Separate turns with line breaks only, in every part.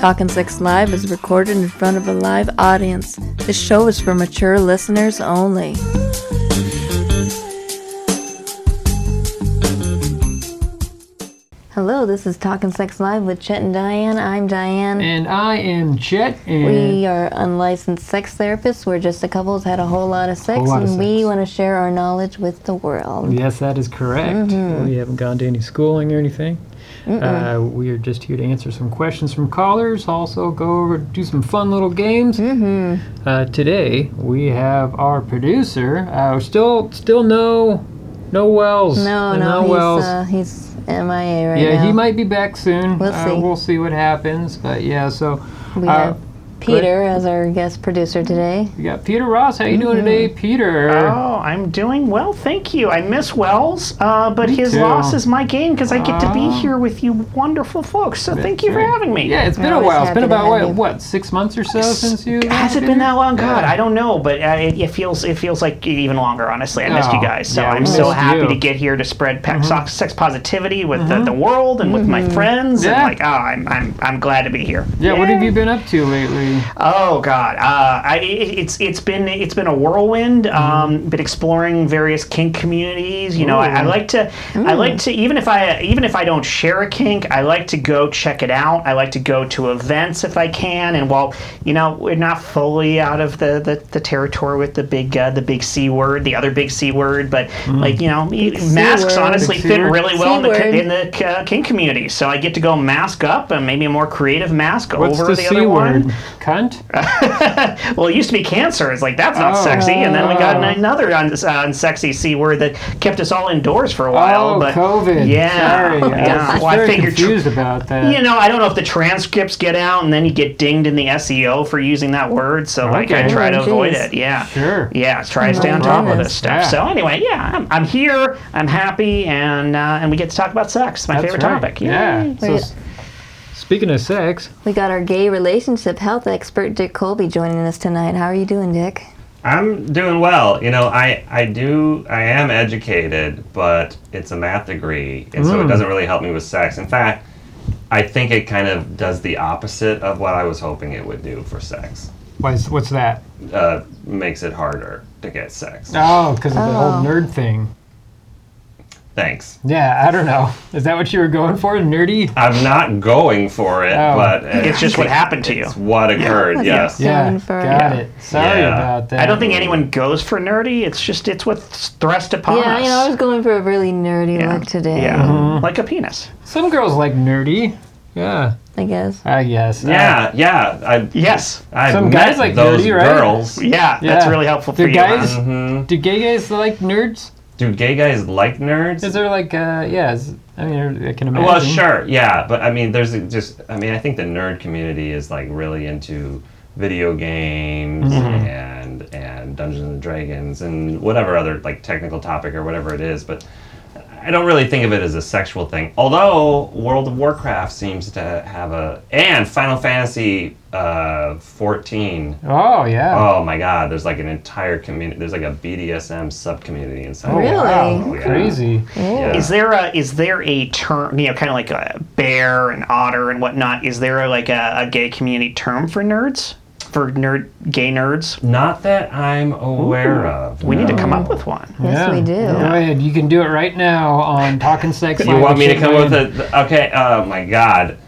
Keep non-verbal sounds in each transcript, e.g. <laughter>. Talkin' Sex Live is recorded in front of a live audience. This show is for mature listeners only. Hello, this is Talkin' Sex Live with Chet and Diane. I'm Diane.
And I am Chet, and
We are unlicensed sex therapists. We're just a couple who's had a whole lot of sex,
lot
and
of
we
sex.
want to share our knowledge with the world.
yes, that is correct.
Mm-hmm.
We haven't gone to any schooling or anything. Uh, we are just here to answer some questions from callers. Also, go over do some fun little games. Mm-hmm. Uh, today we have our producer. Uh, still, still no, no Wells.
No, no, he's, uh, he's MIA right
yeah,
now.
he might be back soon.
We'll
uh,
see.
We'll see what happens. But yeah, so
We
uh,
have Peter as our guest producer today.
we got Peter Ross. How you doing
Mm-hmm.
today, Peter?
Oh, I'm doing well, thank you. I miss Wells, uh, but his
too.
loss is my gain because I get to be
Ah.
here with you wonderful folks. So thank you for
Right.
having me.
Yeah, it's been
We're
a
always
while. It's been
happy to
about
have
what,
you.
what six months or so since you
Has
last
it
year?
been that long? God,
Yeah.
I don't know, but uh, it, it feels it feels like even longer. Honestly, I missed
Oh,
you guys, so
yeah, we
I'm so
missed
happy
you. Mm-hmm.
to get here to spread pe- so- sex positivity with the, the world and with my friends.
Yeah.
And like, oh, I'm, I'm I'm glad to be here.
Yeah, what have
Yay.
you been up to lately?
Oh God, uh, I, it- it's it's been it's been a whirlwind.
Mm-hmm.
Um, been exploring various kink communities. You know, I, I
Ooh. Mm.
like to I like to even if I even if I don't share a kink, I like to go check it out. I like to go to events if I can. And while you know we're not fully out of the, the, the territory with the big uh, the big c word, the other big c word, but like you know
C
masks
word.
honestly
Big Mm. C
fit
word.
really well in the,
C-word.
co- in the uh, kink community. So I get to go mask up and maybe a more creative mask
What's
over
the,
the,
C
other
word?
one.
Cunt?
Well, it used to be cancer. It's like that's not
Oh.
sexy, and then we got
Oh.
another un- uh, unsexy c word that kept us all indoors for a while.
oh,
but
COVID.
Yeah,
Sorry.
<laughs> yeah.
I was
Well, I
very
figured tr-
confused about that.
you know, I don't know if the transcripts get out, and then you get dinged in the SEO for using that word. So like, I
Okay.
try to
Oh,
avoid
geez.
it. Yeah.
Sure.
Yeah, try to
Oh,
stay on top of
goodness.
this stuff.
Yeah.
So anyway, yeah, I'm, I'm here. I'm happy, and uh, and we get to talk about sex. My
That's
favorite
right.
topic.
Yeah.
Yay.
So, s- speaking of sex,
We got our gay relationship health expert Dick Colby joining us tonight. How are you doing, Dick?
I'm doing well. You know, I, I do I am educated, but it's a math degree, and so it
Hmm.
doesn't really help me with sex. In fact, I think it kind of does the opposite of what I was hoping it would do for sex.
what's, what's that?
Uh, makes it harder to get sex.
Oh, because of the
Oh.
whole nerd thing.
Thanks.
Yeah, I don't know. Is that what you were going for? Nerdy?
I'm not going for it,
Oh.
but uh,
It's just what happened to you.
it's what occurred. Yes.
Yeah,
Going for it.
got it. Sorry
Yeah.
about that.
I don't think anyone goes for nerdy. It's just it's what's thrust upon
yeah,
Ah,
us.
you know, I was going for a really nerdy
Yeah.
look today.
Yeah,
Mm-hmm.
like a penis.
Some girls like nerdy. Yeah,
I guess.
I guess. Uh,
Yeah. Yeah. I,
Yes.
I've
Some
met
guys like
those
nerdy, right?
girls.
Yeah, that's
Yeah.
really helpful for
Do
you. Um,
guys
huh?
Mm-hmm.
do gay guys like nerds?
Do gay guys like nerds?
Is there like uh yeah? Is, I mean, I can imagine.
Well, sure, yeah, but I mean, there's just, I mean, I think the nerd community is like really into video games
Mm-hmm.
and and Dungeons and Dragons and whatever other like technical topic or whatever it is, but I don't really think of it as a sexual thing. Although World of Warcraft seems to have a and Final Fantasy uh, 14.
Oh yeah.
Oh my God! There's like an entire community. There's like a BDSM sub community inside.
Oh,
Really?
wow.
Yeah.
Crazy.
Oh,
Yeah.
Is there a is there a term you know kind of like a bear and otter and whatnot? Is there like a, a gay community term for nerds for nerd gay nerds?
Not that I'm aware of.
We need to come
no.
up with one.
Yes, we do.
Go ahead. You can do it right now on Talking Sex.
You want me to come up with a okay? Oh my god.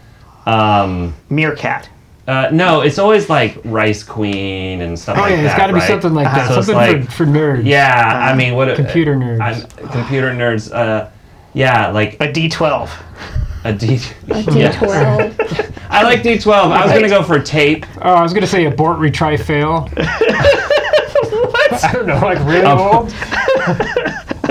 Um,
Meerkat.
uh, no, it's always like Rice Queen and stuff
Oh
like
yeah,
that.
it's got to be
right?
something like that.
So it's
something
like-
for, for nerds.
Yeah, I mean, what
Computer nerds.
I'm, computer nerds. Uh, yeah, like
A D twelve. <laughs>
a D. <laughs> Yeah.
Twelve.
I like D twelve. I was gonna go for tape.
Oh, I was gonna say abort, retry,
<laughs>
fail. <laughs> I don't know, like really
<laughs>
old.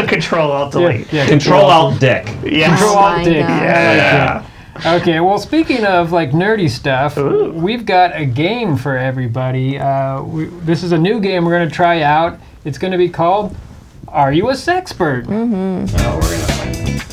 Control Alt Delete.
Yeah.
Um, Control Alt Dick.
Yes.
Control
Oh
Alt
my
Dick.
God.
Yeah.
Okay, well, speaking of like nerdy stuff, we've got a game for everybody. Uh, we, this is a new game we're going to try out. It's going to be called Are You a Sexpert?
Oh, we're gonna find it.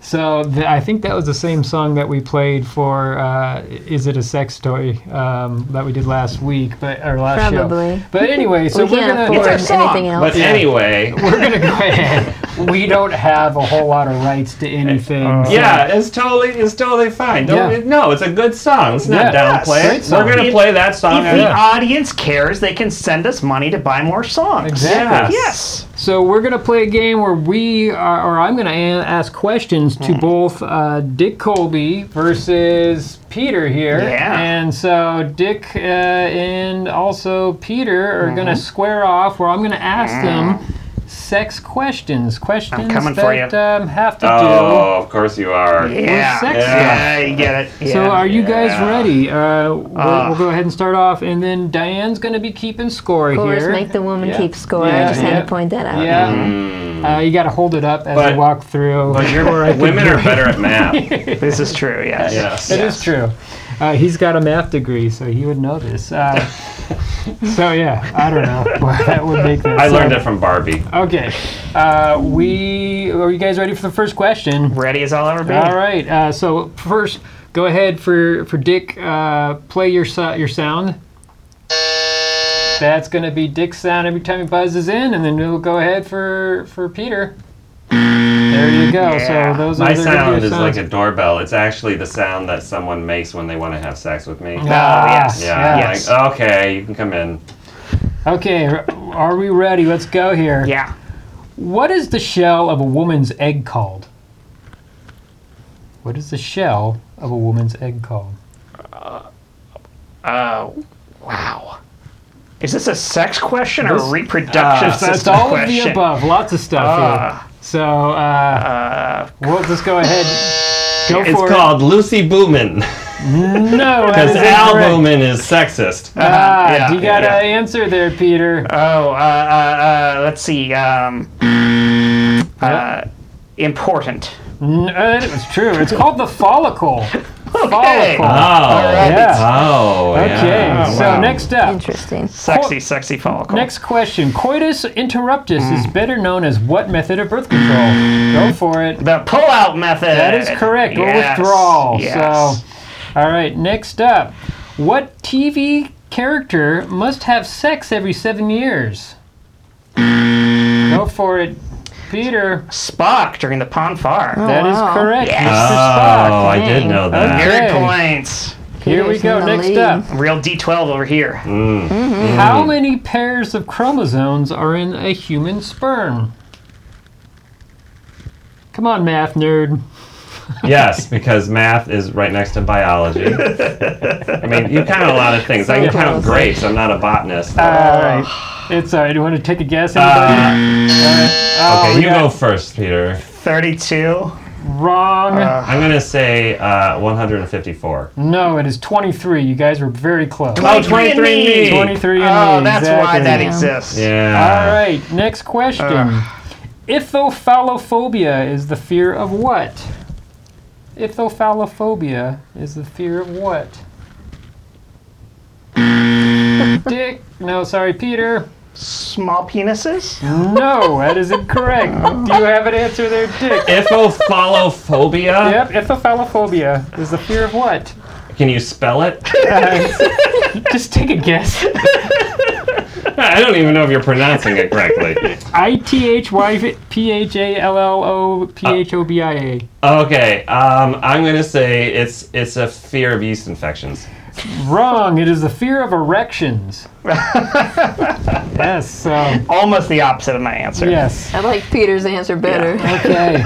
So th- I think that was the same song that we played for uh, Is It a Sex Toy um, that we did last week, but or last show.
Probably.
But anyway, so
we
are
can't
going
afford
to.
It's our song,
anything else.
But anyway,
We're gonna go ahead. we don't have a whole lot of rights to anything. so-
uh, Yeah, it's totally it's totally fine. Don't,
Yeah.
No, it's a good song. Let's not
Yeah.
downplay
Great
it.
song.
We're gonna
If-
play that
Oh,
song.
If the
anyway.
audience cares, they can send us money to buy more songs.
Exactly.
Yes.
So we're gonna play a game where we are, or I'm gonna a- ask questions
Hmm.
to both uh, Dick Colby versus Peter here.
Yeah.
And so Dick uh, and also Peter are
Mm-hmm.
gonna square off, where I'm gonna ask them sex questions, questions
Mm. coming for
that um, have to do.
Oh, of course you are.
Yeah.
sexy.
Yeah, you get it. Yeah.
So are you guys
Yeah.
ready? Uh, we'll, we'll go ahead and start off, and then Diane's gonna be keeping score
Scores
here.
make the woman
Yeah.
keep score.
Yeah,
I just
yeah.
had to point that out.
yeah.
Hmm.
Uh, you gotta hold it up as
But-
we walk through.
But you're,
<laughs>
women are better at math.
this is true. Yes.
Yes.
That is true. Uh, he's got a math degree, so he would know this.
<laughs>
Uh, so yeah, I don't know. <laughs> why that would make that.
I
so-
learned it from Barbie.
Okay, uh, we are you guys ready for the first question?
Ready as I'll ever be.
All right. Uh, so first, go ahead for for Dick. Uh, play your so- your sound. That's gonna be Dick's sound every time he buzzes in, and then we'll go ahead for for Peter. There you go.
Yeah.
So those
My
are the regular
sound is
sounds.
like a doorbell. It's actually the sound that someone makes when they want to have sex with me.
Oh,
Yeah,
yes.
Yeah.
Yes. Uh,
like, okay, you can come in.
Okay, r- are we ready? Let's go here.
yeah.
What is the shell of a woman's egg called? What is the shell of a woman's egg called?
Oh, wow. Is this a sex question or a reproduction
uh,
So
system
it's all of
question?
the above. Lots of stuff
Ah.
here. So uh,
Uh,
we'll just go ahead. Go
It's
for
called Lucy <laughs> Boomin.
it. No, that
Because
is
Al
incorrect.
Boomin is sexist.
Ah,
uh, Yeah,
you got
yeah.
an answer there, Peter.
oh, uh, uh, uh, let's see. Um, uh, important.
N- uh, it was true. It's called the
<laughs>
follicle.
Okay.
Follicle.
oh,
Yeah.
oh, yeah.
Okay.
Oh,
so
wow.
next up.
Interesting.
Sexy, sexy follicle.
Next question. Coitus interruptus is
Hmm.
better known as what method of birth control? Go for it.
The pull-out method.
That is correct. Or
Yes,
withdrawal.
Yes.
So, all right. Next up, what TV character must have sex every seven years? Go for it, Peter.
Spock during the pond far.
That is
wow.
correct,
Yes.
Mr.
Oh,
Spock.
I did
Dang.
know that.
Good
Okay.
points.
Here we
Peter's
go.
in the
Next
lead. Hmm.
up,
Real D12 over here.
Hmm.
how many pairs of chromosomes are in a human sperm? Come on, math nerd.
Yes, because math is right next to biology. <laughs> I mean, you count a lot of things. I can count grapes. I'm not a botanist.
All right. It's all right. You want to take a guess? Anybody?
Uh,
Oh,
okay,
we
you
got
go first, Peter.
32.
Wrong.
I'm gonna say uh, 154.
no, it is 23. You guys were very close.
Oh, 23andMe.
23 and
Oh, that's why that
Yeah.
exists.
Yeah.
All right. Next question. Ithofallophobia is the fear of what? Ithofallophobia is the fear of what? Dick. No, sorry, Peter.
Small penises?
No, that is incorrect. Do you have an answer there, Dick?
Iphophalophobia?
<laughs> Yep, ithofallophobia is the fear of what?
Can you spell it? <laughs>
Just take a guess.
I don't even know if you're pronouncing it correctly.
<laughs> I T H Y P H A L L O P H O B I A.
Okay, um, I'm gonna say it's it's a fear of yeast infections.
Wrong. It is the fear of erections. yes. So
Almost the opposite of my answer.
yes.
I like Peter's answer better.
<laughs>
Okay.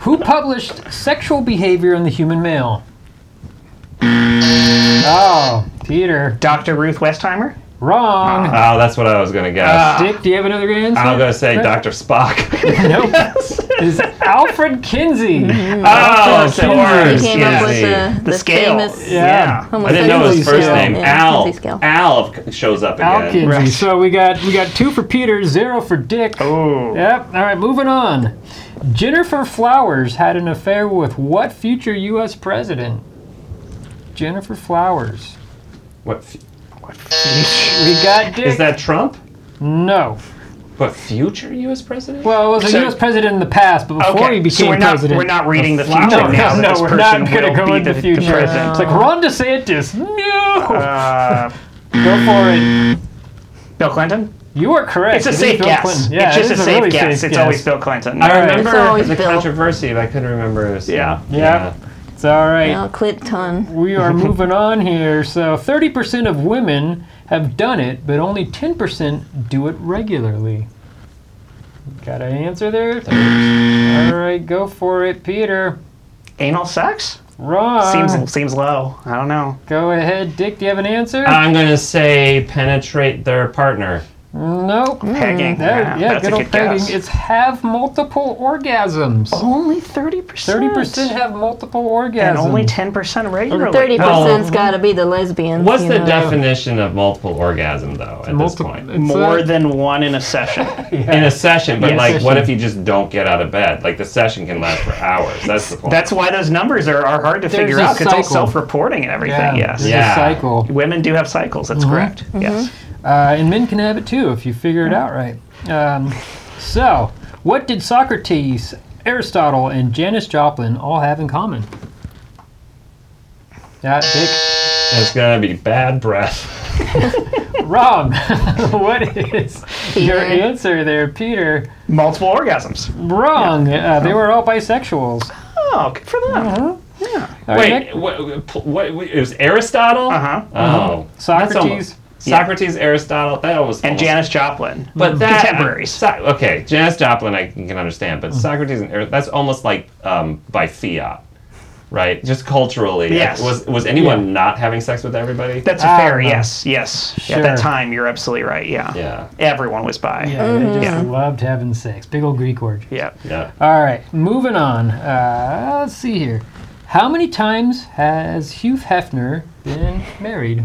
Who published Sexual Behavior in the Human Male? Oh, Peter.
Dr. Ruth Westheimer? <laughs>
Wrong.
Oh, that's what I was gonna guess.
Dick, do you have another answer?
I'm gonna say
<laughs>
Dr. Spock. <laughs>
Nope. It is Alfred
<laughs>
Kinsey.
Mm-hmm.
oh, of
Kinsey.
He
course.
came
yes.
up with the,
The
the,
scale.
famous
Yeah.
I didn't know his
Kinsey
first
scale.
name.
Yeah,
Al.
Kinsey scale.
Al of- shows up
Al Kinsey.
again.
Right. Oh.
So we got we got two for Peter, zero for Dick.
Ooh.
Yep. All right, moving on. Jennifer Flowers had an affair with what future U.S. president? Jennifer Flowers.
What f-
We got Dick.
is that Trump?
No.
What future U.S. president?
Well, it was a
So-
U.S. president in the past, but before
Okay,
he became
so we're not,
president.
we're not reading the
flower.
future
no,
now.
no,
that
no,
this
we're not
person
going to
will
go
be
into
the,
the future.
president.
It's like Ron DeSantis. No.
Uh,
go for it.
Bill Clinton?
You are correct.
It's a
It is
safe
Bill
guess.
Clinton. Yeah,
it's
it
just a
is
safe
really
guess.
safe
it's
guess.
always Bill Clinton. Uh,
I
All right.
remember
It's always
the
Bill.
controversy, but I couldn't remember. His,
Yeah.
Yeah. It's all right.
Now, Clinton.
We
<laughs>
are moving on here. So, 30% of women have done it, but only 10% do it regularly. Got an answer there?
Mm.
All right, go for it, Peter.
Anal sex
Wrong.
seems seems low. I don't know.
Go ahead, Dick. Do you have an answer?
Uh,
Uh,
I'm gonna say penetrate their partner.
nope.
Pegging.
That- hmm, yeah,
that's
good
a
old
good
pegging.
guess.
It's have multiple orgasms.
only thirty percent.
30% have multiple orgasms.
Oh, and only ten percent regularly.
Thirty
Oh.
percent's got to be the lesbians.
What's
you
the
know?
definition of multiple orgasm though? At
Multiple-
this point,
it's,
More
uh,
than one in a <laughs> session.
in a session, but
Yeah.
like, what
Session.
if you just don't get out of bed? Like the session can last for hours. That's the point.
That's why those numbers are, are hard to
There's
figure
a
out. 'cause It's all
cycle.
self-reporting and everything.
yeah, Mm-hmm.
Yes.
It's
Yeah.
a cycle.
Women do have cycles. That's correct. Yes.
Uh, and men can have it too if you figure it out right. Um, so, what did Socrates, Aristotle, and Janis Joplin all have in common? That dick
it's gonna be bad breath.
Rob, <laughs> what is your
Peter.
answer there, Peter?
Multiple orgasms.
Wrong. Uh, they were all bisexuals.
Oh, good for them.
Mm-hmm. All right,
Wait,
next-
what, what, what- It was Aristotle.
Uh-huh.
Oh,
Socrates.
That's almost- Socrates, Aristotle. That was
And
almost-
Janis Joplin.
But that,
Mm, Contemporaries. Mm.
So, okay, Janis Joplin, I can can understand, but Socrates and Aristotle, that's almost like um, by fiat, right? Just culturally.
Yes.
Was was anyone not having sex with everybody?
That's
Ah,
a fair.
no.
Yes. Yes. At
Sure.
that time, you're absolutely right. Yeah.
yeah.
Everyone was by.
yeah, they just loved having sex. Big old Greek orgy.
Yeah.
Yeah.
All right, moving on. Uh, let's see here. How many times has Hugh Hefner been married?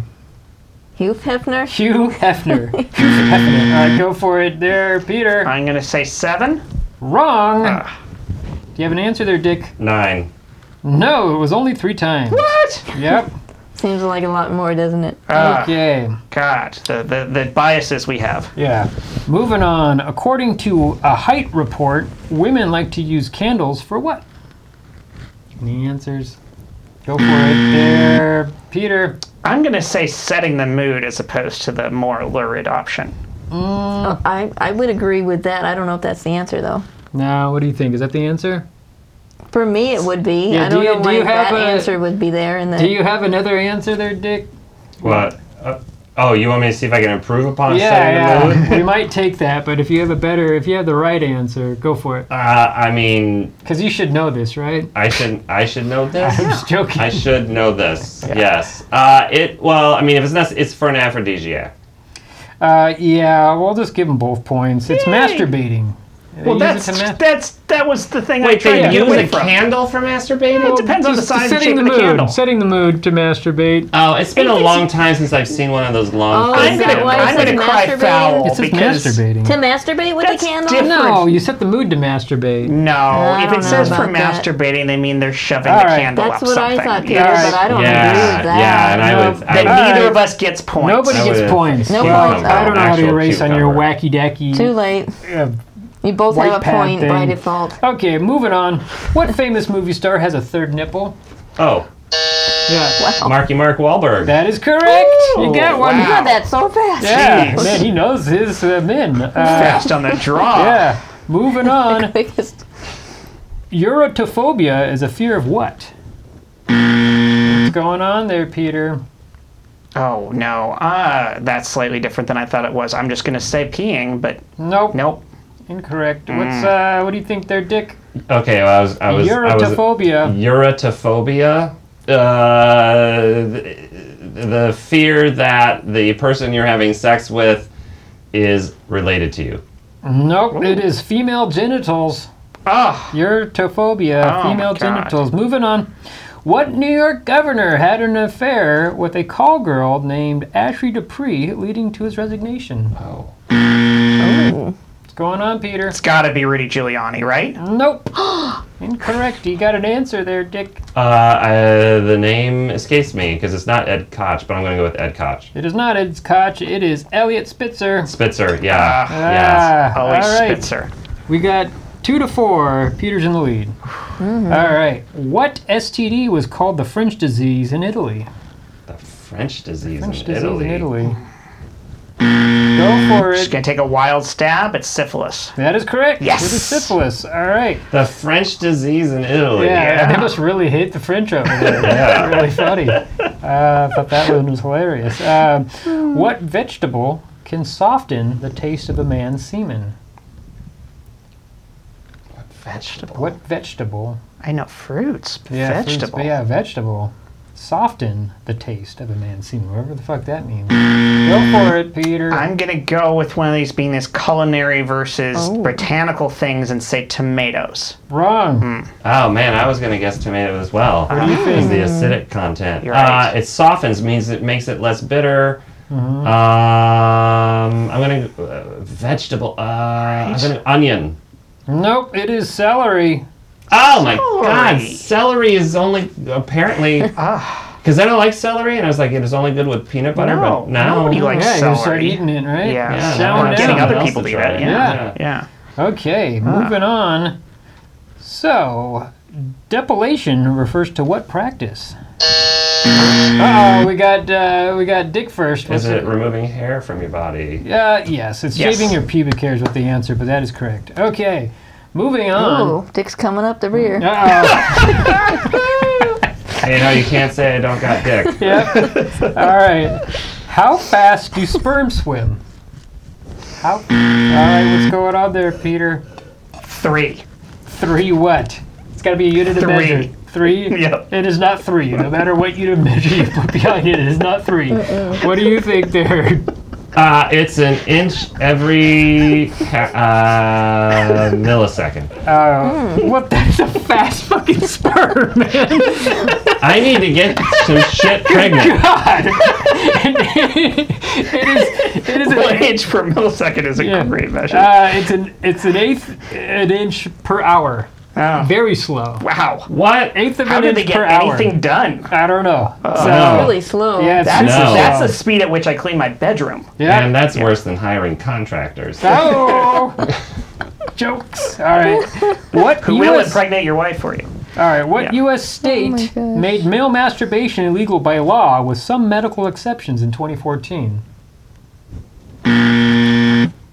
Hugh Hefner.
Hugh Hefner. Hugh Hefner. All right, go for it there, Peter.
I'm gonna say seven. Ah.
Wrong.
Ugh.
Do you have an answer there, Dick?
Nine.
No, it was only three times.
What?
Yep.
Seems like a lot more, doesn't it?
Ah,
Okay.
God, the, the the biases we have.
Yeah. Moving on. According to a height report, women like to use candles for what? Any answers? Go for it there, Peter.
I'm gonna say setting the mood as opposed to the more lurid option.
Oh, I I would agree with that. I don't know if that's the answer though.
Now, what do you think? Is that the answer?
For me, it would be.
Yeah,
I
do
don't
you-
know
do
why
you
that
have a-
answer would be there. And
Do
then
you have another answer there, Dick?
What?
Mm.
Uh, oh, you want me to see if I can improve upon setting
Yeah,
the mood?
<laughs>
yeah. we might take that, but if you have a better, if you have the right answer, go for it.
Uh, I mean,
Because you should know this, right?
I should I should know
<laughs>
this.
I'm
Oh.
just joking.
I should know this. Yes. Uh, it. Well, I mean, if it's not, it's for an aphrodisiac.
Uh, yeah, we'll just give them both points. It's
Yay.
masturbating. They
Well,
use
that's
it to mas-
that's that was the thing I
Wait,
tried
they
to get
use
away
a
from.
candle for masturbating?
It depends on the
Just
size and
setting
shape
the
of the
mood,
candle.
setting the mood to masturbate.
Oh, it's been a
It's-
long time since I've seen one of those long.
Oh,
things.
I'm gonna,
that why it
I'm
says
gonna cry
masturbating?
foul
It says
because
masturbating.
to masturbate with a
That's
candle.
different.
no, you set the mood to masturbate.
no, if
don't
it says
know
for
about that.
masturbating, they mean they're shoving
All
the
right.
candle
That's
up
what I
something.
thought, Peter,
Yes.
but I don't agree
yeah,
with that.
yeah, and I
Nope.
would.
That
All
I,
right.
neither of us gets points.
Nobody
I
gets
would-
points.
No
Well,
points.
I don't know how to
Actual
erase on your
cucumber.
wacky dacky.
Too late.
uh,
You both
White
have a
pad
point by
thing.
default.
okay, moving on. What famous movie star has a third nipple?
oh,
Yeah,
Marky Mark Wahlberg.
that is correct. you got one.
You got that so fast. <laughs>
Yeah,
Jeez.
man, he knows his uh, men. Uh,
fast on the
<laughs>
draw.
yeah.
<laughs>
Moving on.
Biggest-
Eurotophobia is a fear of what? What's going on there, Peter?
Oh no, uh, that's slightly different than I thought it was. I'm just gonna say peeing, but
Nope.
nope. Mm.
Incorrect. What's uh? What do you think there, Dick?
Okay, well, I was. I was. I was
Eurotophobia.
Eurotophobia. Uh, th- the fear that the person you're having sex with is related to you.
Nope. It is female genitals.
Oh,
Eurotophobia.
Oh,
female
my God.
genitals. Moving on. What New York governor had an affair with a call girl named Ashley Dupree, leading to his resignation?
Oh.
What's going on, Peter?
it's gotta be Rudy Giuliani, right? <gasps>
Nope. Incorrect. You got an answer there, Dick.
Uh, I, the name escapes me because it's not Ed Koch, but I'm going to go with Ed Koch.
It is not Ed Koch. It is Elliot Spitzer.
Spitzer. Yeah.
Ah,
yeah.
Ah,
Always
all right.
Spitzer.
We got two to four. Peter's in the lead.
Mm-hmm.
All right. What STD was called the French disease in Italy?
The French disease,
French
in,
disease
Italy.
in Italy. Go for
Just
it.
gonna take a wild stab at syphilis.
That is correct.
Yes.
It is syphilis. All right.
The French disease in Italy.
Yeah,
Oh, Yeah.
they must really hate the French over there.
<laughs>
That's really funny. Uh, I thought that one was hilarious. Um,
Hmm.
what vegetable can soften the taste of a man's semen?
Vegetable.
What vegetable?
I know fruits. but
Yeah, fruits,
vegetable.
but yeah, vegetable. Soften the taste of a man's semen. Whatever the fuck that means. Go for it, Peter.
I'm gonna go with one of these being this culinary versus
Oh.
botanical things and say tomatoes.
Wrong.
Oh man, I was gonna guess tomato as well. What
do you think?
The acidic content.
You're right.
Uh, it softens, means it makes it less bitter. Um, I'm gonna uh, vegetable. Uh, I'm gonna onion.
Hmm.
Nope, it is celery.
Oh my god,
Celery.
celery is only apparently because I don't like celery, and I was like, it is only good with peanut butter.
No,
but now
nobody likes
yeah, you start
celery.
eating it, right?
Yeah.
Yeah,
Sour
now I'm
down.
getting
other Ah.
else
people to eat
try
it,
yeah.
Yeah.
Okay, moving on. So, depilation refers to what practice? Uh-oh, we got uh, we got dick first.
Is
What's
it removing hair from your body?
Uh, yes, it's
Yes.
shaving your pubic hairs with the answer, but that is correct. Okay, moving on.
Ooh, dick's coming up the rear.
Uh-oh.
Hey, no, you can't say I don't got dick.
yep. All right. How fast do sperm swim? How? All right, what's going on there, Peter?
Three. <laughs>
Three what? It's got to be a unit of
Three.
measure.
<laughs>
Three?
Yep.
It is not three. No matter what unit of measure you put behind it, it is not 3 What do you think there?
Uh, it's an inch every ha- uh, millisecond.
Uh, What? That's a fast fucking sperm, man.
I need to get some shit pregnant.
God. <laughs> it is, it is
One
an,
inch per millisecond is a
Yeah.
great measure.
uh, it's an, it's an eighth an inch per hour.
Oh.
Very slow.
Wow.
What? Oh,
Eighth of
How
an
did
inch
they get
per hour.
anything done?
I don't know.
No.
Really slow.
yeah, it's
Oh. That's,
super
No.
that's
slow.
the speed at which I clean my bedroom.
yeah.
And that's worse than hiring contractors.
Oh, <laughs> jokes. All right. What
Who will
U.S.
impregnate your wife for you?
All right. What
Yeah.
U.S.
Oh
state made male masturbation illegal by law, with some medical exceptions, in 2014?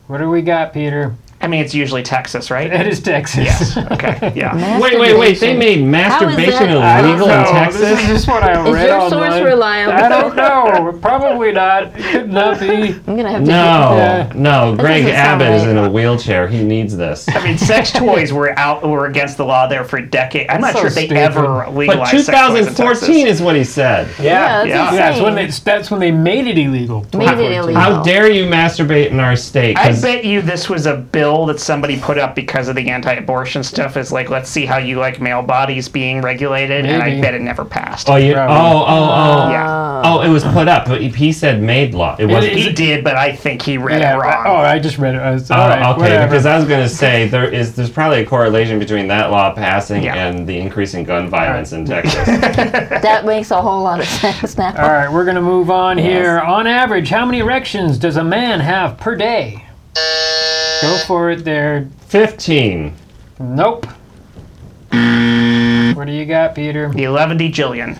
What do we got, Peter?
I mean, it's usually Texas, right?
<laughs> It is Texas.
yes. Okay.
<laughs>
Yeah.
Wait, wait, wait. They made masturbation
that-
illegal in
No, This is
Texas?
just what I
Is
read
your source
online.
reliable?
I don't know. Probably not. It could not be.
I'm gonna have to.
No,
Yeah.
no. Greg
doesn't sound
Abbott is
right.
in a wheelchair. He needs
<laughs>
this.
I mean, sex toys were out were against the law there for decades. I'm not
So
sure if they
stupid.
ever
But
legalized sex toys in
2014
Texas.
is what he said.
<laughs> Yeah, that's
Yeah.
insane.
Yeah, that's when, they, that's when they made it illegal.
Made it
2014.
illegal.
How dare you masturbate in our state?
I
'Cause
bet you this was a bill that somebody put up because of the anti-abortion stuff. Is like, let's see how you like male bodies being regulated, and I
Maybe.
bet it never passed.
Oh, you, oh,
Probably.
oh, oh.
uh, yeah,
Oh, it was put up, but he said made law. It wasn't.
he did, but I think he read
Yeah.
it wrong.
I- Oh, I just read it. I was,
Oh,
all right,
okay.
whatever.
Because I was going to say there is there's probably a correlation between that law passing
Yeah.
and the increase in gun violence
<laughs>
in Texas.
That makes a whole lot of <laughs> sense now.
All right, we're going to move on here. On average, how many erections does a man have per day? Go for it there.
Fifteen.
Nope. What do you got, Peter?
The 11 Jillian.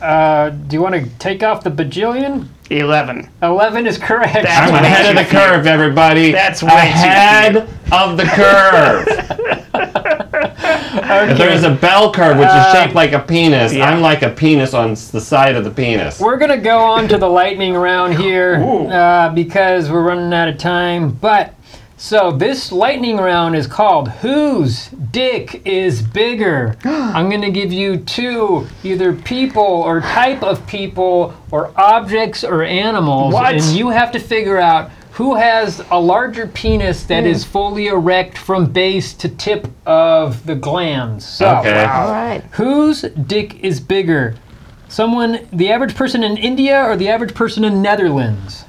Uh, do you want to take off the bajillion?
11.
11 is correct. <laughs>
That's
I'm
way
ahead of
too
the
few.
curve, everybody.
That's way too
ahead of the
<laughs>
curve. If there is a bell curve which
Uh,
is shaped like a penis, I'm like a penis on s- the side of the penis.
We're gonna go on to the lightning round here uh, because we're running out of time. But so this lightning round is called "Whose Dick Is Bigger." I'm gonna give you two, either people or type of people or objects or animals,
What?
and you have to figure out. Who has a larger penis that is fully erect from base to tip of the glands?
oh,
So,
Okay.
All right.
Whose dick is bigger? Someone, the average person in India or the average person in Netherlands?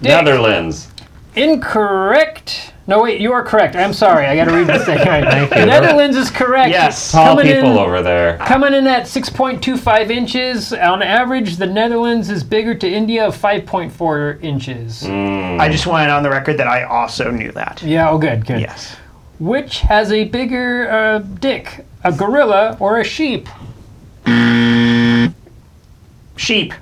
Netherlands.
Incorrect. No, wait, you are correct. I'm sorry. I got to read this thing.
<laughs>
All right.
you.
Netherlands is correct.
Yes.
Tall
Coming
people
in-
over there.
Coming in at 6.25 inches. On average, the Netherlands is bigger to India of 5.4 inches.
Mm.
I just wanted on the record that I also knew that.
Yeah, oh, good, good.
Yes.
Which has a bigger uh, dick, a gorilla or a sheep?
Sheep.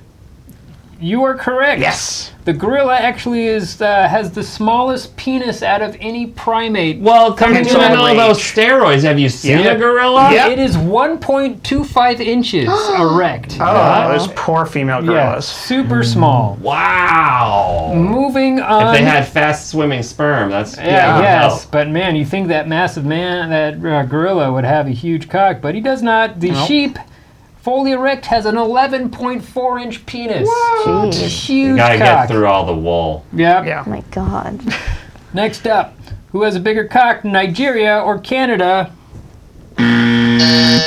You are correct.
Yes.
The gorilla actually is uh, has the smallest penis out of any primate.
Well, coming in the
Potential
middle of those
rage.
steroids, have you seen
Yeah.
a gorilla?
Yeah.
It is 1.25
<gasps>
inches erect.
Oh, those poor female
yeah,
gorillas.
super small.
Wow.
Moving on.
If they had fast swimming sperm, that's
yeah,
yeah,
yes,
hell.
but man, you think that massive man, that uh, gorilla would have a huge cock, but he does not. The sheep, fully erect, has an 11.4 inch penis.
Jeez. Oh
Huge
You gotta
cock.
get through all the wool.
Yep.
Yeah.
My God.
Next up, who has a bigger cock, Nigeria or Canada? Uh,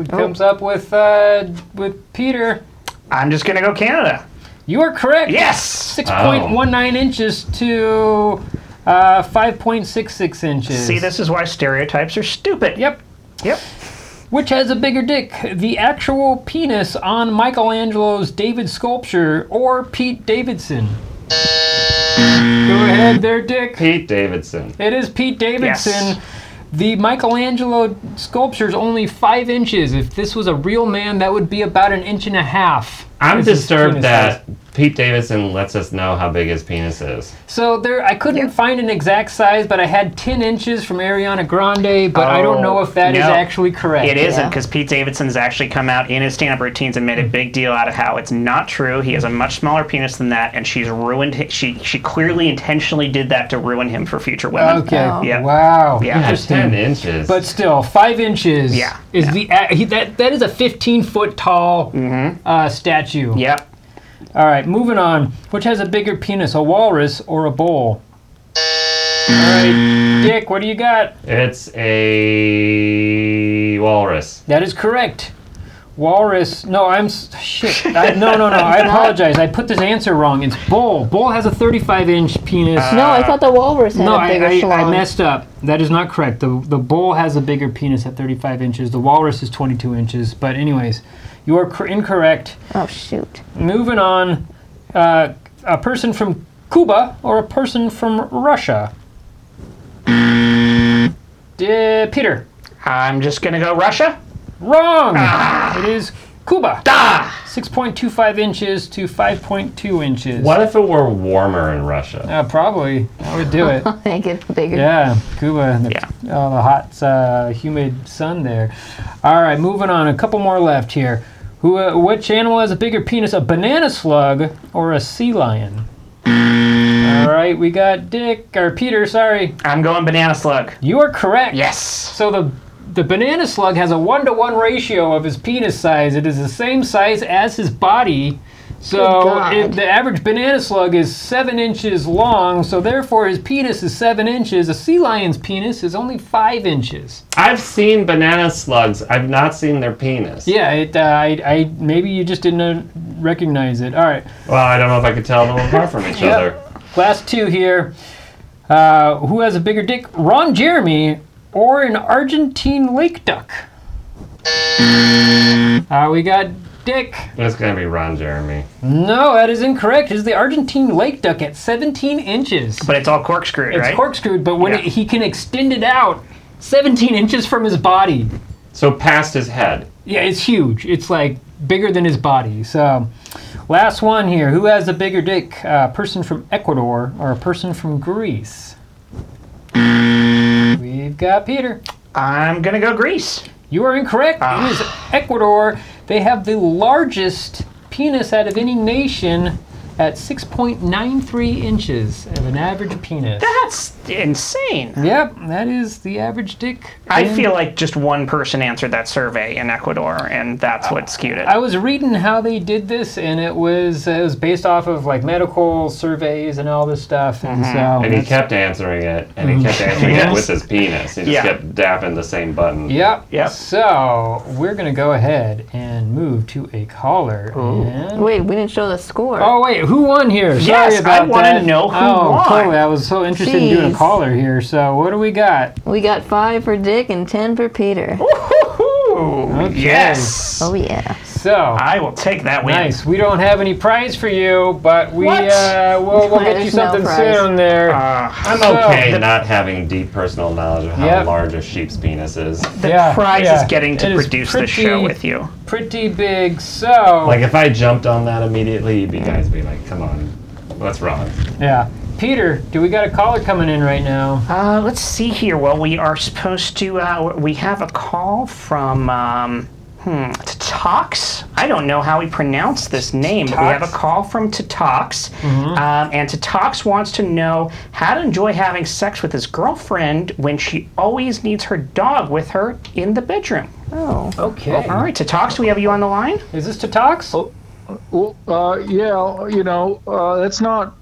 it
Oh.
comes up with uh, with Peter.
I'm just gonna go Canada.
You are correct.
Yes.
Six point one nine
Oh.
inches to uh, five point six six inches.
See, this is why stereotypes are stupid.
Mm. Yep.
Yep.
Which has a bigger dick, the actual penis on Michelangelo's David sculpture or Pete Davidson? Go ahead, there, Dick.
Pete Davidson.
It is Pete Davidson.
Yes.
The Michelangelo sculpture is only five inches. If this was a real man, that would be about an inch and a half.
I'm
This is
disturbed
penis
that
size.
Pete Davidson lets us know how big his penis is.
So there, I couldn't find an exact size, but I had ten inches from Ariana Grande. But I don't know
Oh,
if that is
no.
actually correct.
It isn't
Yeah.
because Pete Davidson's actually come out in his stand-up routines and
Mm.
made a big deal out of how it's not true. He has a much smaller penis than that, and she's ruined. Hi- she she clearly intentionally did that to ruin him for future women.
Okay.
Oh.
Yeah.
Wow.
Yeah.
Ten
Interesting.
inches.
But still, five inches
Yeah,
is
yeah.
the a- he, that that is a 15 foot tall
Mm-hmm.
uh, statue.
Yep.
All right, moving on. Which has a bigger penis, a walrus or a bull? All right, Dick, what do you got?
it's a walrus.
That is correct. Walrus. No, I'm s- shit. I, no, no, no. I apologize. I put this answer wrong. It's bull. Bull has a 35 inch penis.
No, I thought the walrus had
Uh, no,
a
I,
bigger
I, I
schlong.
messed up. That is not correct. The the bull has a bigger penis at 35 inches. The walrus is 22 inches. But anyways, you are cor- incorrect.
Oh shoot.
Moving on, uh, a person from Cuba or a person from Russia? Uh, Peter.
I'm just gonna go Russia.
Wrong! It is Cuba. 6.25 inches to 5.2 inches.
What if it were warmer in Russia?
Uh, probably. That would do it.
I get the bigger.
yeah, Cuba. The,
Yeah.
Oh, the hot, uh, humid sun there. All right, moving on. A couple more left here. Who? Uh, which animal has a bigger penis, a banana slug or a sea lion? All right, we got Dick or Peter. Sorry,
I'm going banana slug.
you are correct.
Yes.
So the the banana slug has a one to one ratio of his penis size. It is the same size as his body.
Good
So
God.
it, the average banana slug is seven inches long. So therefore, his penis is seven inches. A sea lion's penis is only five inches.
I've seen banana slugs. I've not seen their penis.
Yeah, it, uh, I, I maybe you just didn't uh, recognize it. All right,
Well, I don't know if I could tell them apart
<laughs>
from each
Yep.
other.
last two here. Uh, who has a bigger dick, Ron Jeremy or an Argentine lake duck? Uh, we got Dick.
It's gonna be Ron Jeremy.
No, that is incorrect. It's the Argentine lake duck at 17 inches.
But it's all corkscrewed,
It's
right?
corkscrewed, but when
Yeah.
it, he can extend it out 17 inches from his body.
So past his head.
Yeah, it's huge. It's like bigger than his body. So, last one here. Who has a bigger dick? A person from Ecuador or a person from Greece? We've got Peter.
I'm gonna go Greece.
You are incorrect. It is
Ah.
Ecuador. They have the largest penis out of any nation at 6.93 inches of an average penis.
That's insane.
Yep, that is the average dick.
I
in-
feel like just one person answered that survey in Ecuador, and that's what skewed it.
I was reading how they did this, and it was it was based off of like medical surveys and all this stuff, and
Mm-hmm.
so
Oh,
And he kept answering it, and
Mm.
he kept answering it
<laughs>
with his penis. He just
Yeah.
kept dapping the same button.
Yep.
Yep.
So we're gonna go ahead and move to a caller. and-
Wait, we didn't show the score.
Oh wait, who won here? Sorry
Yes, I
about
wanna
that.
know who
oh,
won.
Totally. I was so interested in doing a
Jeez.
caller here. So what do we got?
We got five for Dick and ten for Peter.
Woo-hoo-hoo. Yes.
Oh yeah.
So So
I will take that win.
nice. We don't have any prize for you, but we
What?
uh, we'll,
<laughs>
we'll get you
There's no
something
prize.
soon. There.
Uh,
I'm
So-
okay not having deep personal knowledge of how
Yep.
large a sheep's penis is.
the
yeah,
prize
yeah.
is getting to
It is
produce this show
pretty-
with you.
Pretty big. So
Like if I jumped on that immediately, you'd be guys would be like, "Come on, what's wrong?"
yeah, Peter, do we got a caller coming in right now?
Uh, let's see here. Well, we are supposed to. Uh, we have a call from um, hmm, Tatox. I don't know how we pronounce this name, but we have a call from Tatox, um, and Tatox wants to know how to enjoy having sex with his girlfriend when she always needs her dog with her in the bedroom.
Oh.
Okay.
All right, Tatox, we have you on the line.
Uh-huh. Is this to talks?
Well, uh, yeah, you know, uh, that's not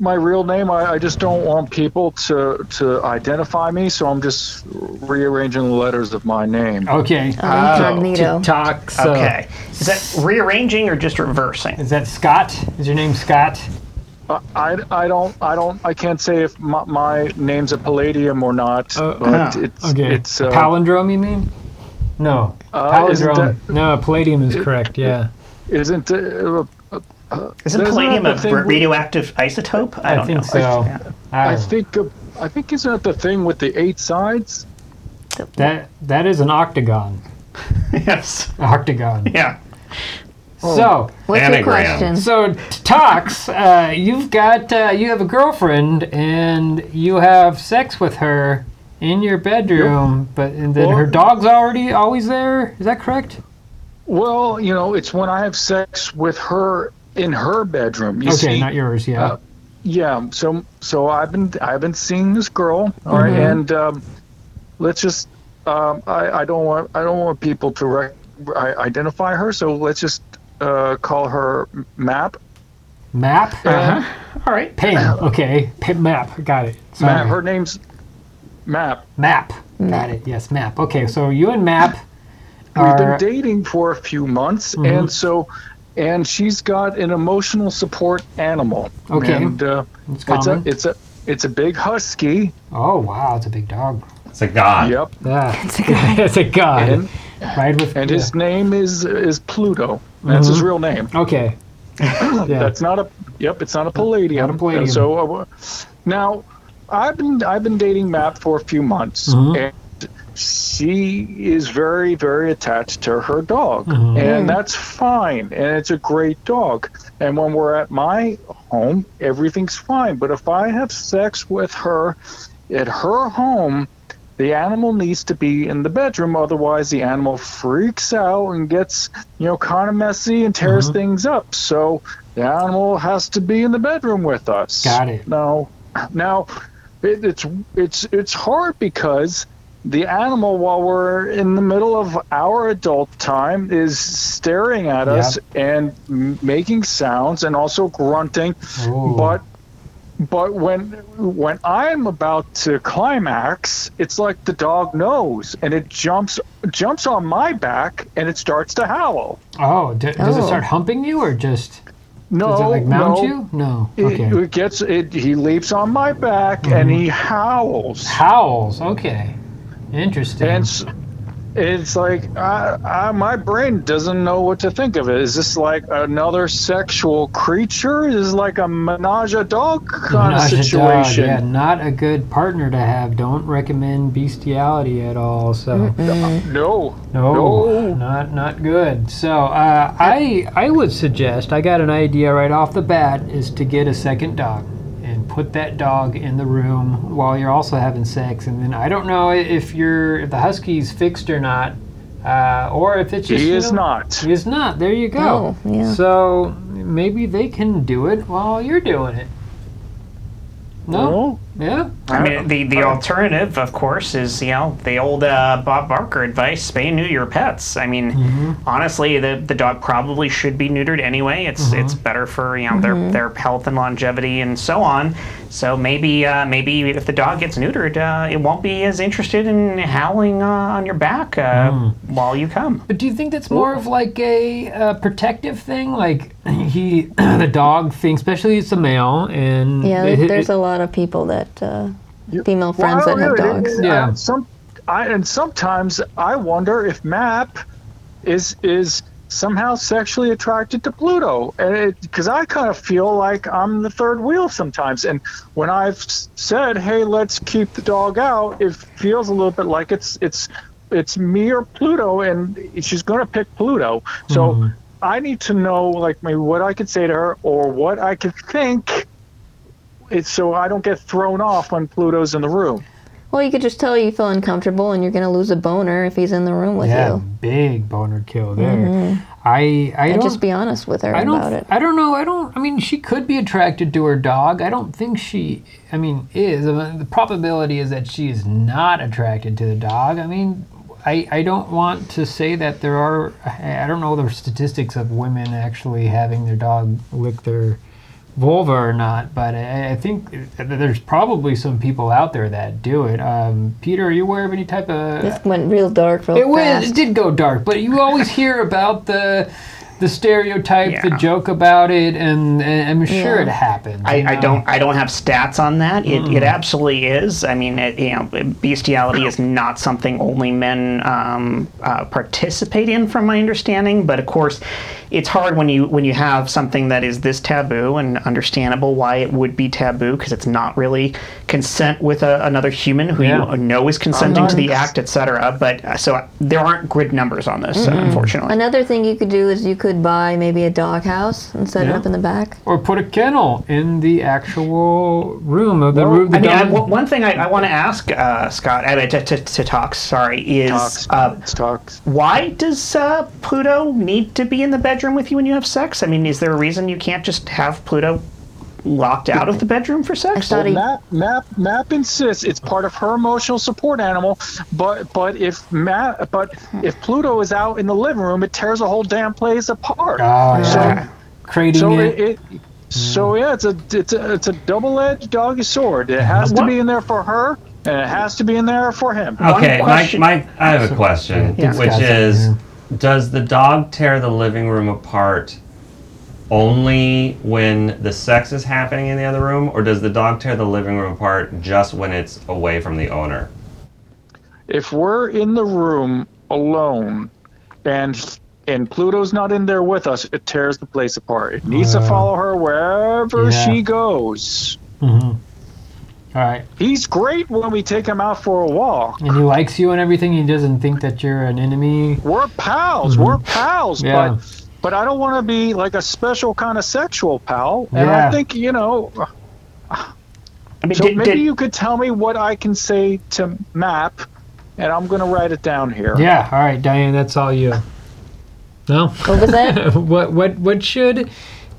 my real name. I, I just don't want people to to identify me, so I'm just rearranging the letters of my name.
Okay.
Uh, Incognito.
Talks.
Okay, is that rearranging or just reversing?
Is that Scott? Is your name Scott?
I, I, I don't I don't I can't say if my, my name's a palladium or not,
Uh,
but
ah,
it's
Okay.
it's uh,
palindrome, you mean? No.
uh, isn't
palindrome.
that,
No, palladium is correct. Yeah.
isn't uh,
Isn't
There's
palladium
another
a
thing we-
radioactive isotope? I
I
don't
think
know.
so.
Yeah.
I,
I think uh, I think isn't that the thing with the eight sides?
that that is an octagon.
<laughs> yes.
Octagon.
Yeah.
So
What's
Anagram.
your question?
so Tox, uh, you've got uh, you have a girlfriend and you have sex with her in your bedroom, but and then her
Or-
dog's already always there. Is that correct?
Well, you know, it's when I have sex with her in her bedroom. You
okay,
see,
not yours. Yeah.
uh, yeah. So, so I've been I've been seeing this girl, all right,
Mm-hmm.
and um, let's just um, I I don't want I don't want people to rec- I identify her, so let's just uh, call her Map.
map.
All right.
Ping. Okay. P- map. Got it. Sorry.
uh-huh. Map. Her name's Map.
Map. Got it. Yes, map. Okay, so you and map
We've
are
been dating for a few months,
Mm-hmm.
and so. And she's got an emotional support animal.
Okay.
And, uh,
it's
It's a
common.
it's a it's a big husky.
oh wow, it's a big
<laughs>
dog.
It's a god.
Yep.
<laughs> Yeah,
It's a guy.
it's a god.
And
right with
and
yeah. Mm-hmm.
his name is is Pluto. That's his real name. <coughs>
okay. yeah.
That's not a yep. It's not a Palladium.
Not a Palladium.
So uh, now, I've been I've been dating Matt for a few months, and she is very very attached to her dog,
Mm-hmm.
and that's fine. And it's a great dog. And when we're at my home, everything's fine. But if I have sex with her at her home. The animal needs to be in the bedroom, otherwise the animal freaks out and gets, you know, kind of messy and tears
Mm-hmm.
things up. So the animal has to be in the bedroom with us.
Got it.
Now, now, it, it's it's it's hard because the animal, while we're in the middle of our adult time, is staring at us and m- making sounds and also grunting.
Ooh.
But but when when I'm about to climax, it's like the dog knows and it jumps jumps on my back and it starts to howl.
oh, d- does it
Oh.
start humping you or just
No,
does it like mount
Oh, no.
you? No.
It,
Okay. Mm-hmm.
it gets it. He leaps on my back and he howls,
Howls. Okay. Interesting.
and it's, it's like I, I, my brain doesn't know what to think of it. Is this like another sexual creature? Is this like a menage a dog kind
Menage a
of
dog,
situation?
yeah, not a good partner to have. Don't recommend bestiality at all. So.
No,
No,
No.
Oh, not not good. So uh, I I would suggest I got an idea right off the bat is to get a second dog and put that dog in the room while you're also having sex, and then I don't know if you're if the husky's fixed or not, uh, or if it's just
he
you
is
know-
not.
He is not. There you go.
Oh, yeah.
So maybe they can do it while you're doing it. No.
No.
Yeah.
I mean, the, the alternative, of course, is you know the old uh, Bob Barker advice: spay and neuter your pets. I mean, honestly, the, the dog probably should be neutered anyway. It's it's better for you know their their health and longevity and so on. So maybe uh, maybe if the dog gets neutered, uh, it won't be as interested in howling uh, on your back uh, while you come.
But do you think that's more of like a uh, protective thing? Like <clears throat> he, the dog thinks, especially it's a male, and
Yeah,
it- it-
there's a lot of people that uh, female friends
Well,
that have
yeah, it-
dogs.
it-
Yeah.
uh, some, I, and sometimes I wonder if Map is is somehow sexually attracted to Pluto, and because I kind of feel like I'm the third wheel sometimes. And when I've s- said, "Hey, let's keep the dog out," it feels a little bit like it's it's it's me or Pluto, and she's going to pick Pluto. So I need to know, like, maybe what I could say to her or what I could think. It's so I don't get thrown off when Pluto's in the room.
Well, you could just tell you feel uncomfortable and you're going to lose a boner if he's in the room with
yeah,
you.
big boner kill there. I I
And
don't,
Mm-hmm. just be honest with her
I don't
about it.
I don't know. I don't. I mean, she could be attracted to her dog. I don't think she. I mean, is I mean, the probability is that she is not attracted to the dog. I mean. I, I don't want to say that there are I I don't know the statistics of women actually having their dog lick their vulva or not, but I, I think that there's probably some people out there that do it. Um, Peter, are you aware of any type of
This went real dark real
it was.
fast.
It did go dark, but you always hear about the the stereotype, the
Yeah.
joke about it, and, and I'm sure
Yeah.
it happens. you
I, I
know?
don't I don't have stats on that. It, it absolutely is. I mean, it, you know, bestiality is not something only men um, uh, participate in, from my understanding. But of course, it's hard when you when you have something that is this taboo and understandable why it would be taboo because it's not really consent with a, another human who
Yeah.
you know is consenting to the act, etc. But uh, so uh, there aren't grid numbers on this, unfortunately.
Another thing you could do is you could buy maybe a doghouse and set
Yeah.
it up in the back.
Or put a kennel in the actual room of the
Well,
room. The
I mean, I,
dog-
w- one thing I, I want to ask uh, Scott, I mean, to, to, to talk, sorry, is
Talks,
uh,
talks.
why does uh, Pluto need to be in the bedroom with you when you have sex? I mean, is there a reason you can't just have Pluto locked out of the bedroom for
I
sex?
thought he,
Map, Map, Map insists it's part of her emotional support animal, but but if Map, but if Pluto is out in the living room, it tears the whole damn place apart.
Ah,
so
yeah. crating
so
it.
it, it so yeah, it's a it's a, it's a double-edged doggy sword. It has to
What?
be in there for her, and it has to be in there for him.
Okay, Mike,
question-
Mike, I have a question,
Yeah.
which
Discuss it,
is
yeah.
Does the dog tear the living room apart only when the sex is happening in the other room, or does the dog tear the living room apart just when it's away from the owner?
if we're in the room alone and and Pluto's not in there with us, it tears the place apart. It needs
Uh,
to follow her wherever
yeah.
she goes.
Mm-hmm. All right,
He's great when we take him out for a walk.
and he likes you and everything. He doesn't think that you're an enemy.
We're pals. We're pals,
Mm-hmm. Yeah.
but but I don't want to be like a special kind of sexual pal. And
Yeah.
I think, you know,
I mean,
so
did,
maybe
did-
you could tell me what I can say to Map and I'm going to write it down here.
Yeah. All right, Diane, that's all you. No. <laughs>
what was that?
what what what should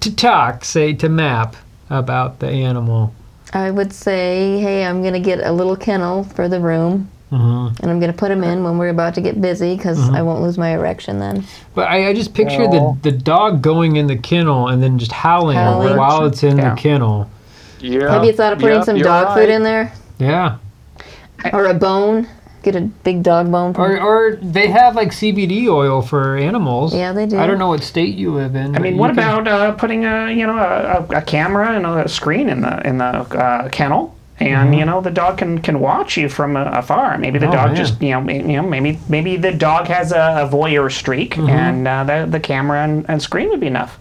to talk say to map about the animal?
I would say, hey, I'm going to get a little kennel for the room.
Mm-hmm.
And I'm going to put him in when we're about to get busy because I won't lose my erection then.
But I, I just picture
Well-
the, the dog going in the kennel and then just howling
Howling.
while it's in
Yeah.
the kennel.
Yeah.
Have you thought of putting
Oh, Yep,
some
you're
dog
right.
food in there
Yeah.
or a bone? Get a big dog bone. From,
Or, or they have like CBD oil for animals.
Yeah, they do.
I don't know what state you live in.
I mean, what about uh, putting a you know a, a- a camera and a screen in the in the uh, kennel, and you know the dog can, can watch you from uh, afar. Maybe the
Mm-hmm. Oh,
dog
man.
just you know may- you know maybe maybe the dog has a, a voyeur streak,
Mm-hmm.
and uh, the the camera and, and screen would be enough.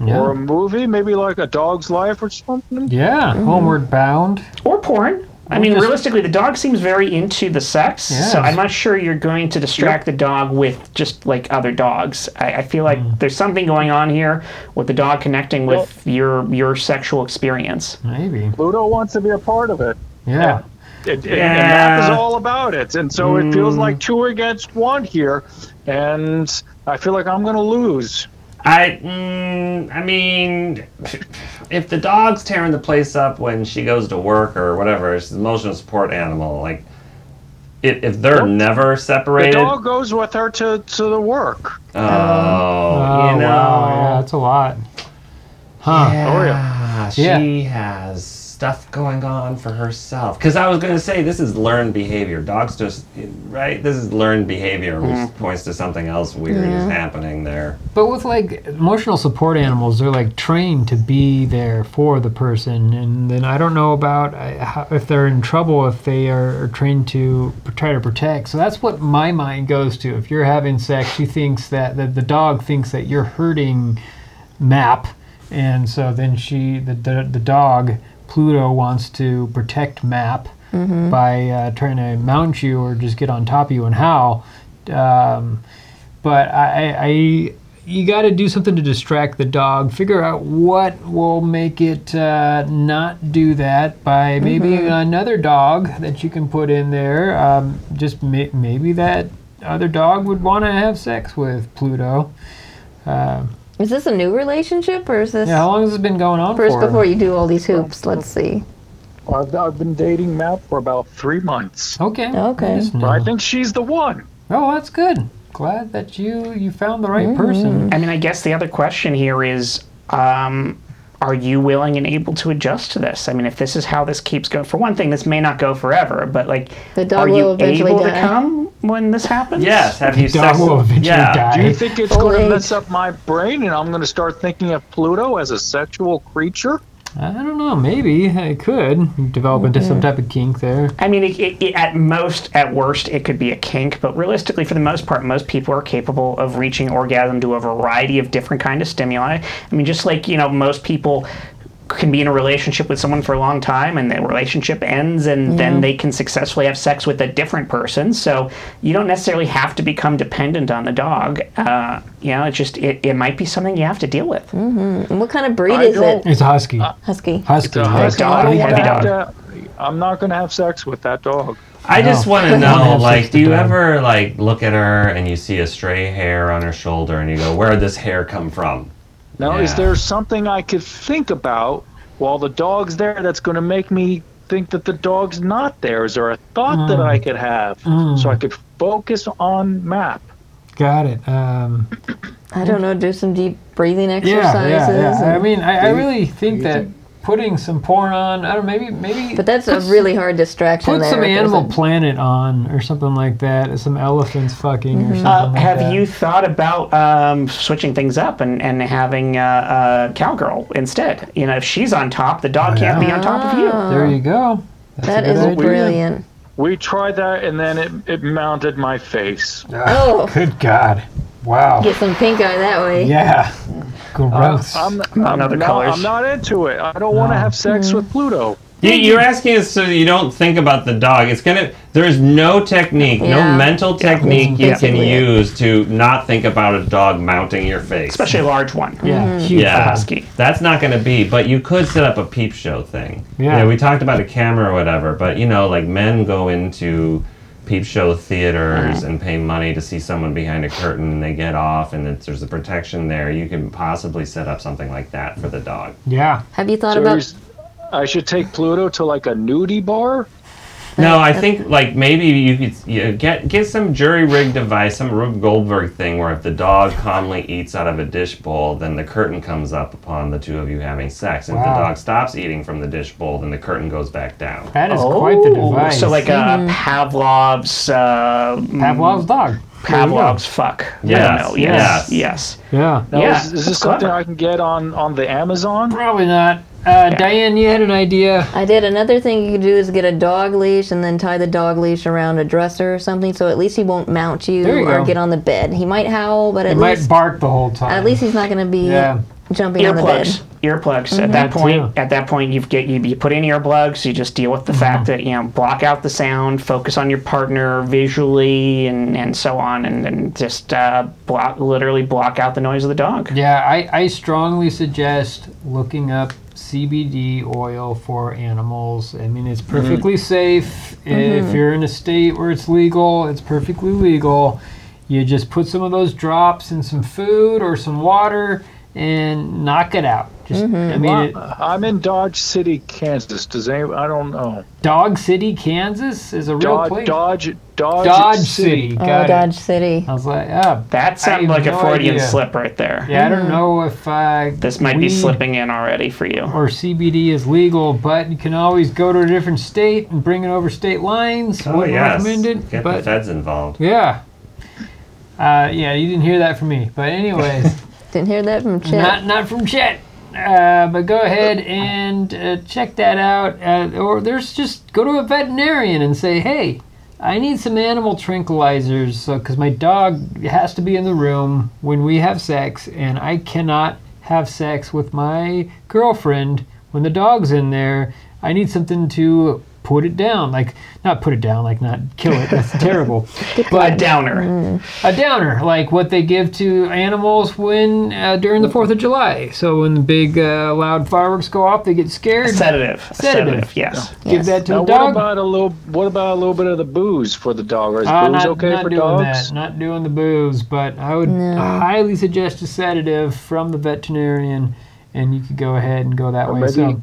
Or a movie, maybe like a dog's life or something.
Yeah,
Mm-hmm.
homeward bound.
or porn. I mean,
just-
realistically, the dog seems very into the sex, so
Yes.
I'm not sure you're going to distract the dog with just like other dogs. I, I feel like there's something going on here with the dog connecting with your your sexual experience.
Maybe.
Pluto wants to be a part of it.
Yeah. Mm.
it, it- and that is
Yeah.
all about it. And so it feels like two against one here, and I feel like I'm going to lose.
I, mm, I mean, if the dog's tearing the place up when she goes to work or whatever, she's an emotional support animal. Like, if, if they're never
The
separated,
dog goes with her to, to the work.
oh,
Oh,
you know,
wow. Yeah, that's a lot. Huh.
Oh yeah,
Ah,
Yeah.
she has stuff going on for herself. Because I was going to say, this is learned behavior. Dogs just, right? This is learned behavior, which
Mm-hmm.
points to something else weird is happening there.
But with like emotional support animals, they're like trained to be there for the person, and then I don't know about uh, how, if they're in trouble if they are, are trained to p- try to protect. So that's what my mind goes to. If you're having sex, she thinks that, that the dog thinks that you're hurting Map, and so then she the the, the dog Pluto wants to protect Map by uh, trying to mount you or just get on top of you and howl. Um, but I, I you got to do something to distract the dog. Figure out what will make it uh, not do that by maybe
Mm-hmm.
another dog that you can put in there. Um, just may- maybe that other dog would want to have sex with Pluto. Um,
Is this a new relationship or is this
Yeah, how long has this been going on
first
for?
before you do all these hoops? Let's see.
I've, I've been dating Matt for about three months.
Okay.
Okay.
I just know.
But I think she's the one.
Oh, that's good. Glad that you you found the right
Mm-hmm.
person.
I mean, I guess the other question here is um, are you willing and able to adjust to this? I mean, if this is how this keeps going, for one thing, this may not go forever, but like,
The dog
are
will
you
eventually
able to
die.
come when this happens?
Yes, have you
Dog
sex?
will eventually
yeah.
Do you
die.
think it's
Full
going to
age.
mess up my brain and I'm going to start thinking of Pluto as a sexual creature?
I don't know. Maybe I could develop into
Mm-hmm.
some type of kink there.
I mean, it, it, it, at most, at worst, it could be a kink, but realistically, for the most part, most people are capable of reaching orgasm to a variety of different kind of stimuli. I mean, just like you know, most people can be in a relationship with someone for a long time, and the relationship ends, and then they can successfully have sex with a different person. So you don't necessarily have to become dependent on the dog. Uh, you know, it just it, it might be something you have to deal with.
And what kind of breed
I
is it?
don't-
It's a husky.
Husky.
husky.
So
right?
I
dog,
don't
heavy
want to have
dog.
to- I'm not going to have sex with that dog.
I just
No.
want to
<laughs> Don't
know,
have sex
like, do
with
you
the dog.
ever like look at her and you see a stray hair on her shoulder and you go, "Where did this hair come from?"
Now, is
Yeah.
there something I could think about while the dog's there that's going to make me think that the dog's not there? Is there a thought that I could have so I could focus on map?
Got it. Um,
I don't know. Do some deep breathing exercises.
yeah, yeah, yeah. I
and-
mean, I, I really think that putting some porn on, I don't know, maybe maybe
but that's a really hard distraction.
put
there.
some
if there's
Animal
a-
Planet on or something like that, some elephants fucking or
Mm-hmm.
something
Uh,
like
have
that.
you thought about um, switching things up and, and having a uh, uh, cowgirl instead? You know, if she's on top, the dog can't be on top of you.
There you go. That's
That
a good
is
idea.
brilliant.
We tried that and then it, it mounted my face.
Oh,
<laughs> Good God! Wow.
get some pink eye that way.
Yeah. Gross.
Um,
I'm, I'm,
other
not,
colors.
I'm not into it. I don't want to have
Hmm.
sex with Pluto.
You, you're asking us so you don't think about the dog. It's gonna. There's no technique,
Yeah.
no mental technique you can
basically it.
use to not think about a dog mounting your face.
Especially a large one.
yeah. Huge
Yeah.
ass.
Husky.
That's not going to be, but you could set up a peep show thing.
Yeah.
You know, we talked about a camera or whatever, but you know, like men go into peep show theaters and pay money to see someone behind a curtain and they get off and it's, there's a protection there. You could possibly set up something like that for the dog.
Yeah.
Have you thought
So
about
he's- I should take Pluto to like a nudie bar?
No, I think like maybe you could you get get some jury rig device, some Rube Goldberg thing where if the dog calmly eats out of a dish bowl, then the curtain comes up upon the two of you having sex. And if
Wow.
the dog stops eating from the dish bowl, then the curtain goes back down.
That is quite the
Oh,
device.
So like uh, Pavlov's uh,
Pavlov's dog. There you go.
Pavlov's fuck. I
Yes,
don't know. Yes.
yes.
Yes.
Yeah.
Now,
Yeah,
is, is this
that's
something
clever.
I can get on, on the Amazon?
Probably not. Uh, Diane, you had an idea.
I did. Another thing you could do is get a dog leash and then tie the dog leash around a dresser or something, so at least he won't mount you,
There you
or
go.
get on the bed. He might howl, but at
It
least
might bark the whole time.
at least he's not going to be
Yeah.
jumping on the bed.
Earplugs. Earplugs.
Mm-hmm.
At that
That
point,
too. Mm-hmm.
at that point, you get you, you put in earplugs. You just deal with the fact that you know block out the sound, focus on your partner visually, and, and so on, and, and just uh, block literally block out the noise of the dog.
Yeah, I, I strongly suggest looking up CBD oil for animals. I mean,
Mm-hmm.
it's perfectly safe. I- If you're in a state where it's legal, it's perfectly legal. You just put some of those drops in some food or some water and knock it out. Just,
Mm-hmm.
I mean, it-
Uh, I'm in Dodge City, Kansas. Does anyone? I don't know.
Dog City, Kansas is a real
Dodge,
place.
Dodge, Dodge,
Dodge City. Got
oh,
it.
Dodge City.
I was like, ah,
That sounded
I have
like a
no
Freudian
idea.
slip right there.
yeah, I
Mm-hmm.
don't know if uh,
This might be
weed
slipping in already for you.
or CBD is legal, but you can always go to a different state and bring it over state lines.
Oh,
Wouldn't
yes.
recommend it,
Get the
but
feds involved.
yeah. Uh, yeah, you didn't hear that from me, but
<laughs>
anyways,
Didn't hear that from Chet.
not not from Chet. Uh, but go ahead and uh, check that out, uh, or there's just go to a veterinarian and say, hey, I need some animal tranquilizers because my dog has to be in the room when we have sex, and I cannot have sex with my girlfriend when the dog's in there. I need something to put it down, like not put it down, like not kill it. That's terrible.
A downer.
Mm. a downer, like what they give to animals when uh, during the Fourth of July. So when the big uh, loud fireworks go off, they get scared.
Sedative.
Sedative.
A Sedative, yes.
Give that to
Now,
a
what
dog.
about a little? What about a little bit of the booze for the dog? Is
Uh,
booze
not,
okay
not
for
doing
dogs?
that. Not doing the booze, but I would highly suggest a sedative from the veterinarian, and you could go ahead and go that way.
maybe-
So,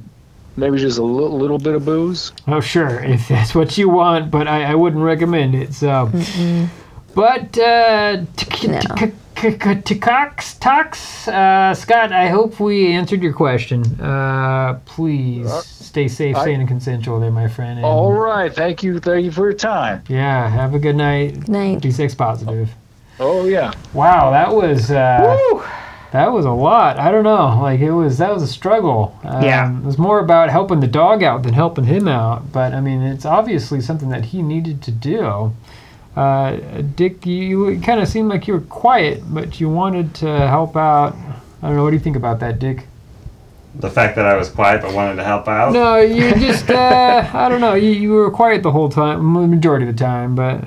Maybe just a little, little bit of booze.
oh sure, <laughs> if that's what you want, but I, I wouldn't recommend it. So, but uh, t-
No.
t- c- c- to Cox, Tox, uh, Scott, I hope we answered your question. Uh, please stay safe,
I-
sane, and consensual, there, my friend. and-
All right. Thank you. Thank you for your time.
Yeah, have a good night.
Night.
Be sex positive.
Oh yeah.
Wow, that was uh, that was a lot. I don't know, like it was that was a struggle. Um,
Yeah.
it was more about helping the dog out than helping him out. But I mean, it's obviously something that he needed to do. Uh, Dick, you, you kind of seemed like you were quiet, but you wanted to help out. I don't know. What do you think about that, Dick?
The fact that I was quiet but wanted to help out.
No, <laughs> you just uh, I don't know. You, you were quiet the whole time, the majority of the time, but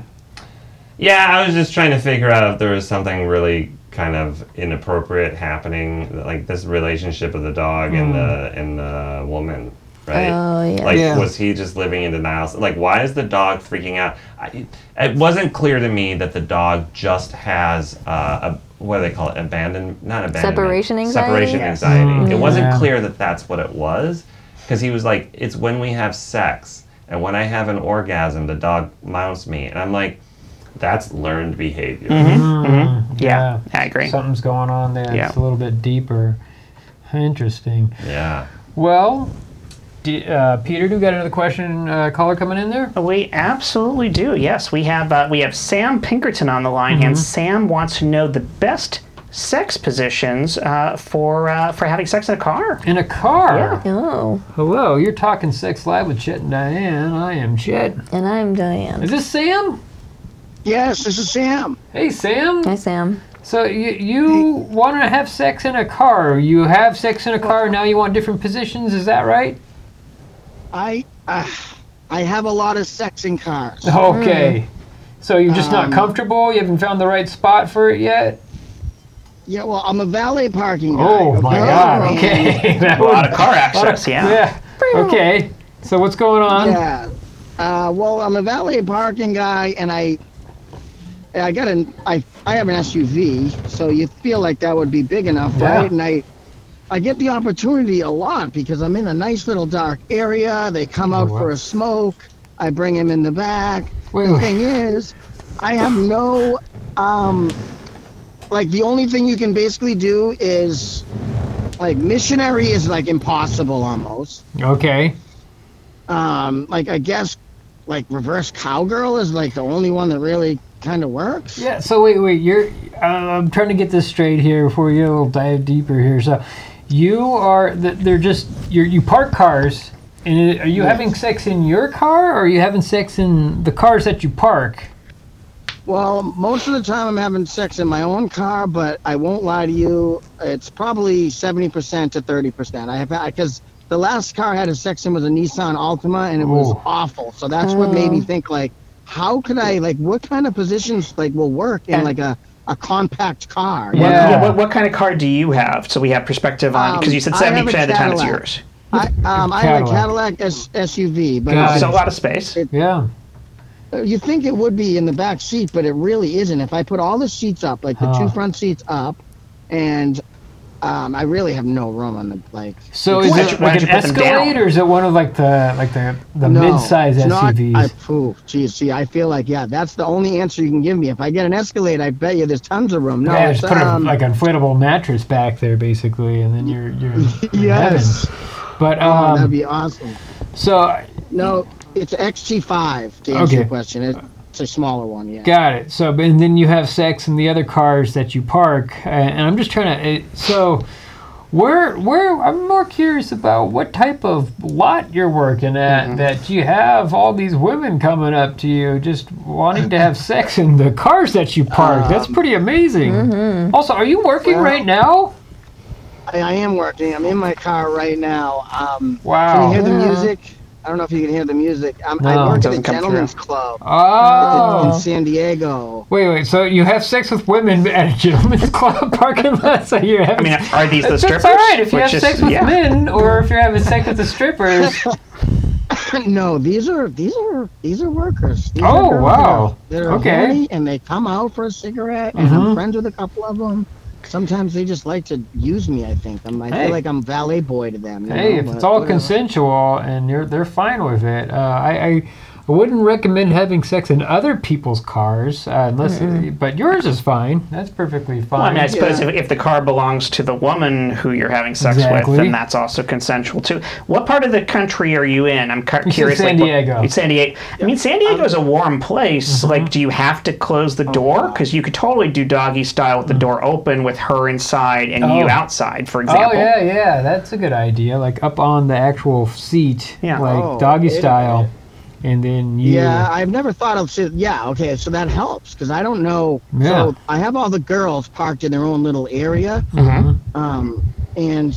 Yeah, I was just trying to figure out if there was something really kind of inappropriate happening, like this relationship of the dog and the and the woman, right?
Oh, yeah.
Like,
Hmm. Yeah.
was he just living in denial? Like, why is the dog freaking out? I, it wasn't clear to me that the dog just has uh, a what do they call it? Abandon, not abandonment.
Separation anxiety?
Separation
Yes.
anxiety. It wasn't
Yeah.
clear that that's what it was, because he was like, "It's when we have sex, and when I have an orgasm, the dog mounts me," and I'm like. That's learned behavior.
Yeah, I agree.
Something's going on there.
Yeah.
It's a little bit deeper. Interesting.
Yeah.
Well, d uh, Peter, do we got another question uh, caller coming in there?
We absolutely do. Yes, we have uh, we have Sam Pinkerton on the line, and Sam wants to know the best sex positions uh, for uh, for having sex in a car.
In a car.
Oh,
Hello, you're talking sex live with Chet and Diane. I am Chet.
and I'm Diane.
Is this Sam?
Yes, this is Sam.
Hey, Sam.
Hi, Sam. <laughs>
So you you want to have sex in a car? You have sex in a car. Now you want different positions. Is that right?
I uh, I have a lot of sex in cars.
Hmm. Oh. Okay. So you're just not
Um,
comfortable. You haven't found the right spot for it yet.
Yeah, well, I'm a valet parking guy.
Oh my
okay?
God. <laughs> Okay. that
A lot
would,
of car access. yeah.
yeah. Okay. So what's going on?
Yeah. Uh, well, I'm a valet parking guy, and I I got an I I have an SUV, so you feel like that would be big enough,
Yeah.
right? And I I get the opportunity a lot because I'm in a nice little dark area. They come out
Oh, wow.
for a smoke. I bring him in the back.
Wait,
the
wait.
thing is, I have no um like the only thing you can basically do is like missionary is like impossible almost
Okay.
um, like I guess like reverse cowgirl is like the only one that really kind of works.
Yeah. So wait, wait. You're. Uh, I'm trying to get this straight here before you dive deeper here. So, you are. th- They're just. You you park cars, and it- are you having sex in your car, or are you having sex in the cars that you park?
Well, most of the time I'm having sex in my own car, but I won't lie to you, it's probably 70% to 30%. I have because the last car I had a sex in was a Nissan Altima and it was
Oh.
awful. So that's what made me think like how could I like what kind of positions like will work in
Yeah.
like a a compact car?
Yeah.
Yeah, what, what kind of car do you have? So we have perspective on because you said
Um, I have
seventy
a
percent of the time it's
Cadillac.
yours.
I, um, I have a
Cadillac.
Cadillac S- SUV, but
Got
it's
it.
So a lot of space.
Yeah.
You think it would be in the back
Ah.
seat, but it really isn't. If I put all the seats up, like the
Huh.
two front seats up, and Um, I really have no room on the like.
So is
Why don't
it
you- why
like
don't
an
you put them
Escalade,
down?
or is it one of like the like the the
no,
mid-size
it's not-
SUVs?
I, phew, geez, see, I feel like yeah, that's the only answer you can give me. If I get an Escalade, I bet you there's tons of room. No,
yeah,
it's,
just put
um,
a like inflatable mattress back there, basically, and then you're you're in
<laughs> Yes.
heaven. But
oh, that'd
um,
be awesome.
so
No, it's XT5 to answer
Okay.
your question. It, it's a smaller one, yeah.
got it. So and then you have sex in the other cars that you park, uh, and I'm just trying to. It, so where where I'm more curious about what type of lot you're working at
Mm-hmm.
that you have all these women coming up to you just wanting to have sex in the cars that you park. That's pretty amazing. Also, are you working
Um, Well-
right now?
I, I am working. I'm in my car right now. Um, Can
Wow.
you hear the music? I don't know if you can hear the music. I'm,
Oh. No.
I work at the
Doesn't come through.
Gentleman's Club
Oh.
in San Diego.
Wait, wait. So you have sex with women at a gentleman's <laughs> club parking lot? So you're
I
having?
mean, are these the
that's
strippers?
all right if you have
Which is-
sex with
yeah.
men, or if you're having sex with the
<laughs>
strippers.
no, these are these are these are workers. These
Oh,
are girls that
wow.
are- That are
Okay.
horny and they come out for a cigarette, and
Mhm.
I'm friends with a couple of them. Sometimes they just like to use me. I think I'm, I
Hey.
feel like I'm valet boy to them. you
hey,
know,
if
but
it's all
whatever.
consensual and you're they're fine with it, uh, I. I I wouldn't recommend having sex in other people's cars, uh, unless. But yours is fine. That's perfectly fine.
Well, I mean, I suppose if, if the car belongs to the woman who you're having sex
Exactly.
with, then that's also consensual too. What part of the country are you in? I'm cu- curious.
San
like, what-
Diego. Mm-hmm.
San Diego. I mean, San Diego's a warm place. Like, do you have to close the door? Because you could totally do doggy style with the door open, with her inside and
Mm. Oh.
you outside, for
Oh
example.
yeah, yeah, that's a good idea. Like up on the actual seat,
Yeah.
like
Oh,
doggy
wait a
style, and then you.
Yeah, I've never thought of. so- Yeah, okay, so that helps because I don't know.
Yeah.
So I have all the girls parked in their own little area,
Mm-hmm.
um, and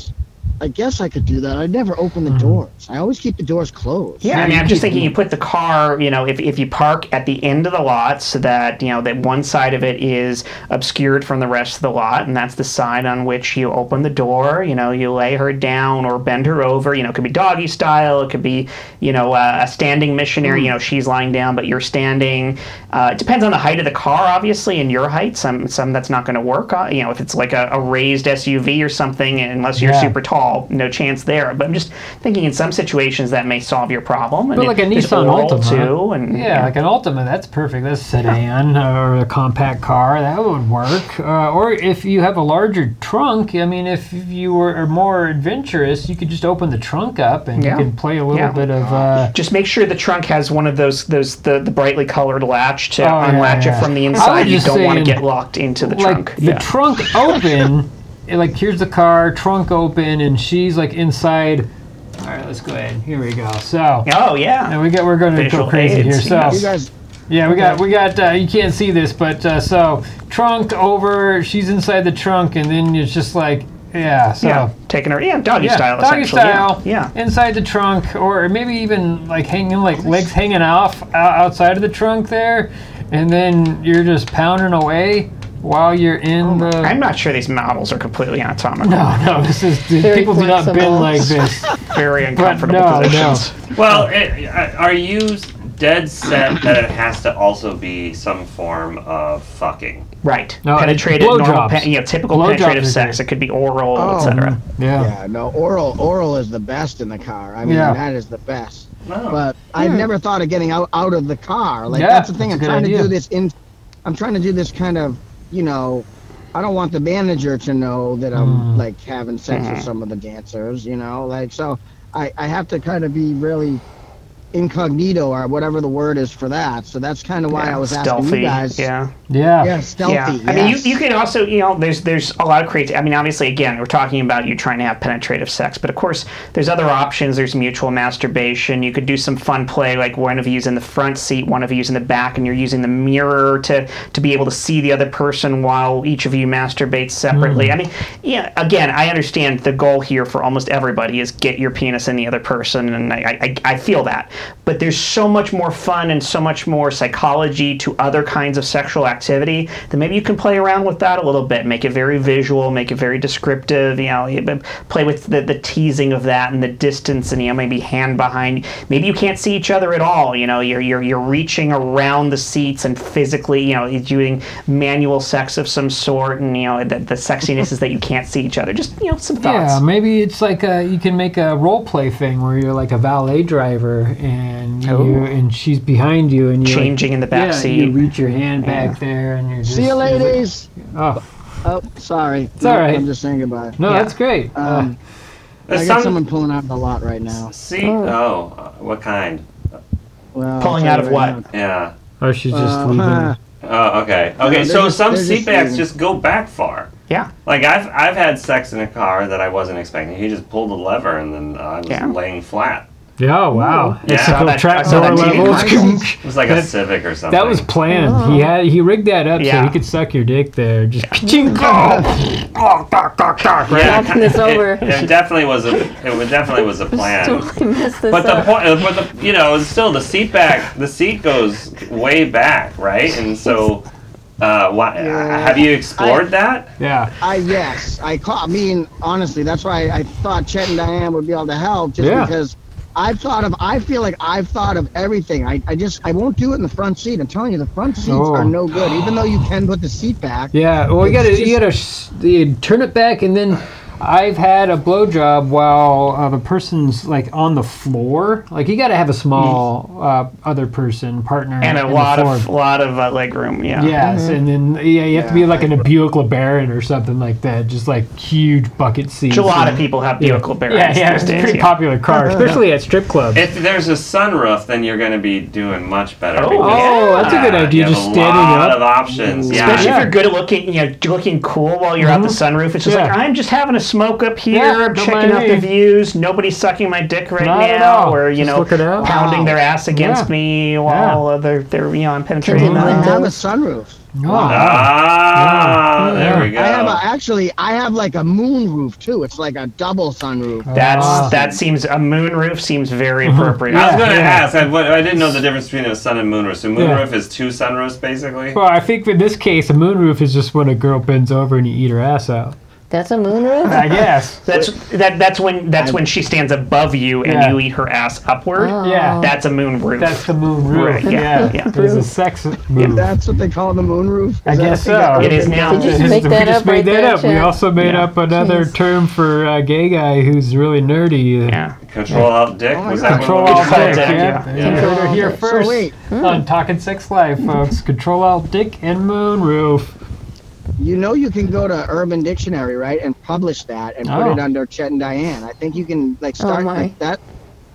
I guess I could do that. I never open the
Mm-hmm.
doors. I always keep the doors closed.
Yeah, I mean, I'm just thinking you put the car, you know, if, if you park at the end of the lot so that, you know, that one side of it is obscured from the rest of the lot, and that's the side on which you open the door, you know, you lay her down or bend her over, you know, it could be doggy style, it could be, you know, uh, a standing missionary, you know, she's lying down, but you're standing. Uh, it depends on the height of the car, obviously, and your height. Some, some that's not going to work, uh, you know, if it's like a, a raised SUV or something, unless you're
Yeah.
super tall, no chance there. But I'm just thinking in some situations that may solve your problem.
But like a
there's
Nissan
oral,
Altima.
too, and
Yeah, like an Ultima, that's perfect. That's a sedan or a compact car, that would work. Uh, or if you have a larger trunk, I mean, if you were more adventurous, you could just open the trunk up and
Yeah.
you can play a little
Yeah.
bit of. Uh,
just make sure the trunk has one of those those the, the brightly colored latch to
Oh, yeah,
unlatch
yeah.
it from the
I was
inside. You
just
don't want to
saying,
get locked into the
like
trunk.
the trunk open, and, like here's the car, trunk open, and she's like inside. All right, let's go ahead. Here we go. So.
oh yeah.
And we get, we're going to go
Visual
crazy
aids,
here. So,
You guys,
Yeah, we got we got. Uh, you can't see this, but uh, so trunk over. She's inside the trunk, and then it's just like yeah. So
Yeah, taking her yeah doggy
yeah,
style
doggy
essentially. yeah,
style.
Yeah.
inside the trunk, or maybe even like hanging like legs hanging off o- outside of the trunk there, and then you're just pounding away while you're in the.
I'm not sure these models are completely anatomical.
no, <laughs> no, this is people do not bend
flexible.
like this.
Very uncomfortable
no, no.
positions.
Well, it, uh, are you dead set that it has to also be some form of fucking?
Right.
No,
Penetrated,
it's
normal,
blowjobs.
pe- you know, typical
Blowjobs
penetrative
are
sex.
great.
It could be oral,
Oh.
etc.
Yeah.
yeah, no, oral, oral is the best in the car. I mean,
Yeah.
that is the best.
No.
But I've
Hmm.
never thought of getting out, out of the car. Like
Yeah,
that's the thing.
that's
I'm
a good
trying
idea.
to do this in. I'm trying to do this kind of, you know, I don't want the manager to know that I'm
Hmm.
like having sex with some of the dancers. You know, like so I I have to kind of be really incognito or whatever the word is for that. So that's kind of why I was asking
Stealthy.
you guys.
Yeah.
Yeah.
Yeah, stealthy.
Yeah,
Yes.
I mean, you, you can also, you know, there's there's a lot of creative. I mean, obviously, again, we're talking about you trying to have penetrative sex, but of course, there's other options. There's mutual masturbation. You could do some fun play, like one of you's in the front seat, one of you's in the back, and you're using the mirror to to be able to see the other person while each of you masturbates separately. I mean, yeah, again, I understand the goal here for almost everybody is get your penis in the other person, and I I, I I feel that. but there's so much more fun and so much more psychology to other kinds of sexual activity that maybe you can play around with that a little bit, make it very visual, make it very descriptive, you know, even play with the, the teasing of that and the distance and, you know, maybe hand behind, maybe you can't see each other at all, you know, you're, you're, you're reaching around the seats and physically, you know, doing manual sex of some sort and, you know, the, the sexiness is that you can't see each other. Just, you know, some thoughts.
Yeah, maybe it's like a, you can make a role play thing where you're like a valet driver and you,
Ooh.
and she's behind you and you
Changing in Oh. the back
yeah,
seat.
You reach your hand back there and you're just
See you,
you're like,
ladies.
oh
Oh, sorry. It's
all right.
I'm just saying goodbye.
no,
Yeah.
that's great. Uh,
Um, I got someone pulling out of the lot right now.
See? Oh, uh, what kind?
Well,
Pulling
I'll
out
tell
of
you right
what?
now.
Yeah.
or she's just
Uh, <laughs>
leaving.
Oh, okay. Okay,
they're
so
just-
some
they're just
seatbacks
leaving.
just go back far.
Yeah.
Like I've I've had sex in a car that I wasn't expecting. He just pulled a lever and then uh, I was
Yeah.
laying flat.
Yeah, oh, wow.
Yeah.
It's like
I
a
saw that-
track
I saw
door
that TV
<laughs>
levels.
It was like a
That-
Civic or something.
That was planned. He had he rigged that up so
Yeah.
he could suck your dick there. Just ka-ching, oh, oh, cock, cock, cock, right?
yeah, <laughs>
Knocking this
it-
over.
It, definitely was a it was- definitely
<laughs>
was a plan.
Totally messed this
But the
up.
point, uh, but the you know, it's still the seat back, the seat goes way back, right? And so, uh, why,
Yeah.
have you explored that?
Yeah.
I yes, I call. I mean, honestly, that's why I thought Chet and Diane would be able to help, just
Yeah.
because I've thought of. I feel like I've thought of everything. I, I just I won't do it in the front seat. I'm telling you, the front seats
Oh.
are no good. Even though you can put the seat back.
Yeah, well, you
It's
gotta
just-
you gotta sh- you turn it back, and then I've had a blowjob while uh, the person's like on the floor. Like you gotta have a small
Mm.
uh, other person partner
And a
in the
lot of,
floor.
lot of uh, leg room. Yeah.
Yes, and then yeah, you have to be
Mm-hmm. Yeah,
like
I-
an a Buick LeBaron or something like that, just like huge bucket seats.
Which a lot of
and-
people have
Mm-hmm. Yeah.
vehicle
Yeah,
barriers
yeah,
these
it's a
days.
pretty
yeah.
popular car,
Uh-huh.
especially at strip clubs.
If there's a sunroof, then you're going to be doing much better.
Oh,
because,
oh, that's a good
uh, you
idea.
have
Just
a
standing
lot
up. Mm.
of options. Yeah.
Especially
Yeah. Mm-hmm.
if you're good at looking, you know, looking cool while you're out the sunroof. It's just
Yeah.
like I'm just having a smoke up here.
Yeah,
I'm
don't
checking
mind
out the
me.
views. Nobody's sucking my dick right
Not at
now,
all.
or you
Just
know,
looking out.
pounding
Wow.
their ass against
Yeah.
me while uh, they're they're you know I'm
I
penetrating.
Continue.
them.
have a
Windows.
sunroof.
Oh.
Ah,
Yeah.
there we go.
I have a, actually I have like a moon roof too. It's like a double sunroof.
That's
Ah.
that seems a moon roof seems very appropriate.
I was going to
Mm-hmm. Yeah.
ask. I, what, I didn't know the difference between a sun and moon roof. So moon
Yeah.
roof is two sunroofs, basically.
Well, I think in this case, a moonroof is just when a girl bends over and you eat her ass out.
That's a moon
<laughs>
roof?
I guess.
That's that that's when that's when she stands above you and
Yeah.
you eat her ass upward.
Oh,
Yeah.
That's a moon roof.
That's the moon roof.
Right, yeah,
yeah.
yeah.
It was a sex move.
That's what they call the moon roof.
I guess so.
it is now.
Did you
This
just
is-
make
we
that
just
up
made
right
that
there,
up. We
Chad?
also made
Yeah.
up another
Jeez.
term for a gay guy who's really nerdy.
Yeah.
Control Alt Dick.
Oh my
was
God.
that
Control
what we
all
just
Control
dick.
called
Alt
it?
Yeah.
Dick,
yeah.
You heard her here
So
first
wait.
Hmm.
on Talking Sex Life, folks. Control all dick and moon roof.
You know you can go to Urban Dictionary, right, and publish that and put
Oh.
it under Chet and Diane. I think you can like start
my.
like that.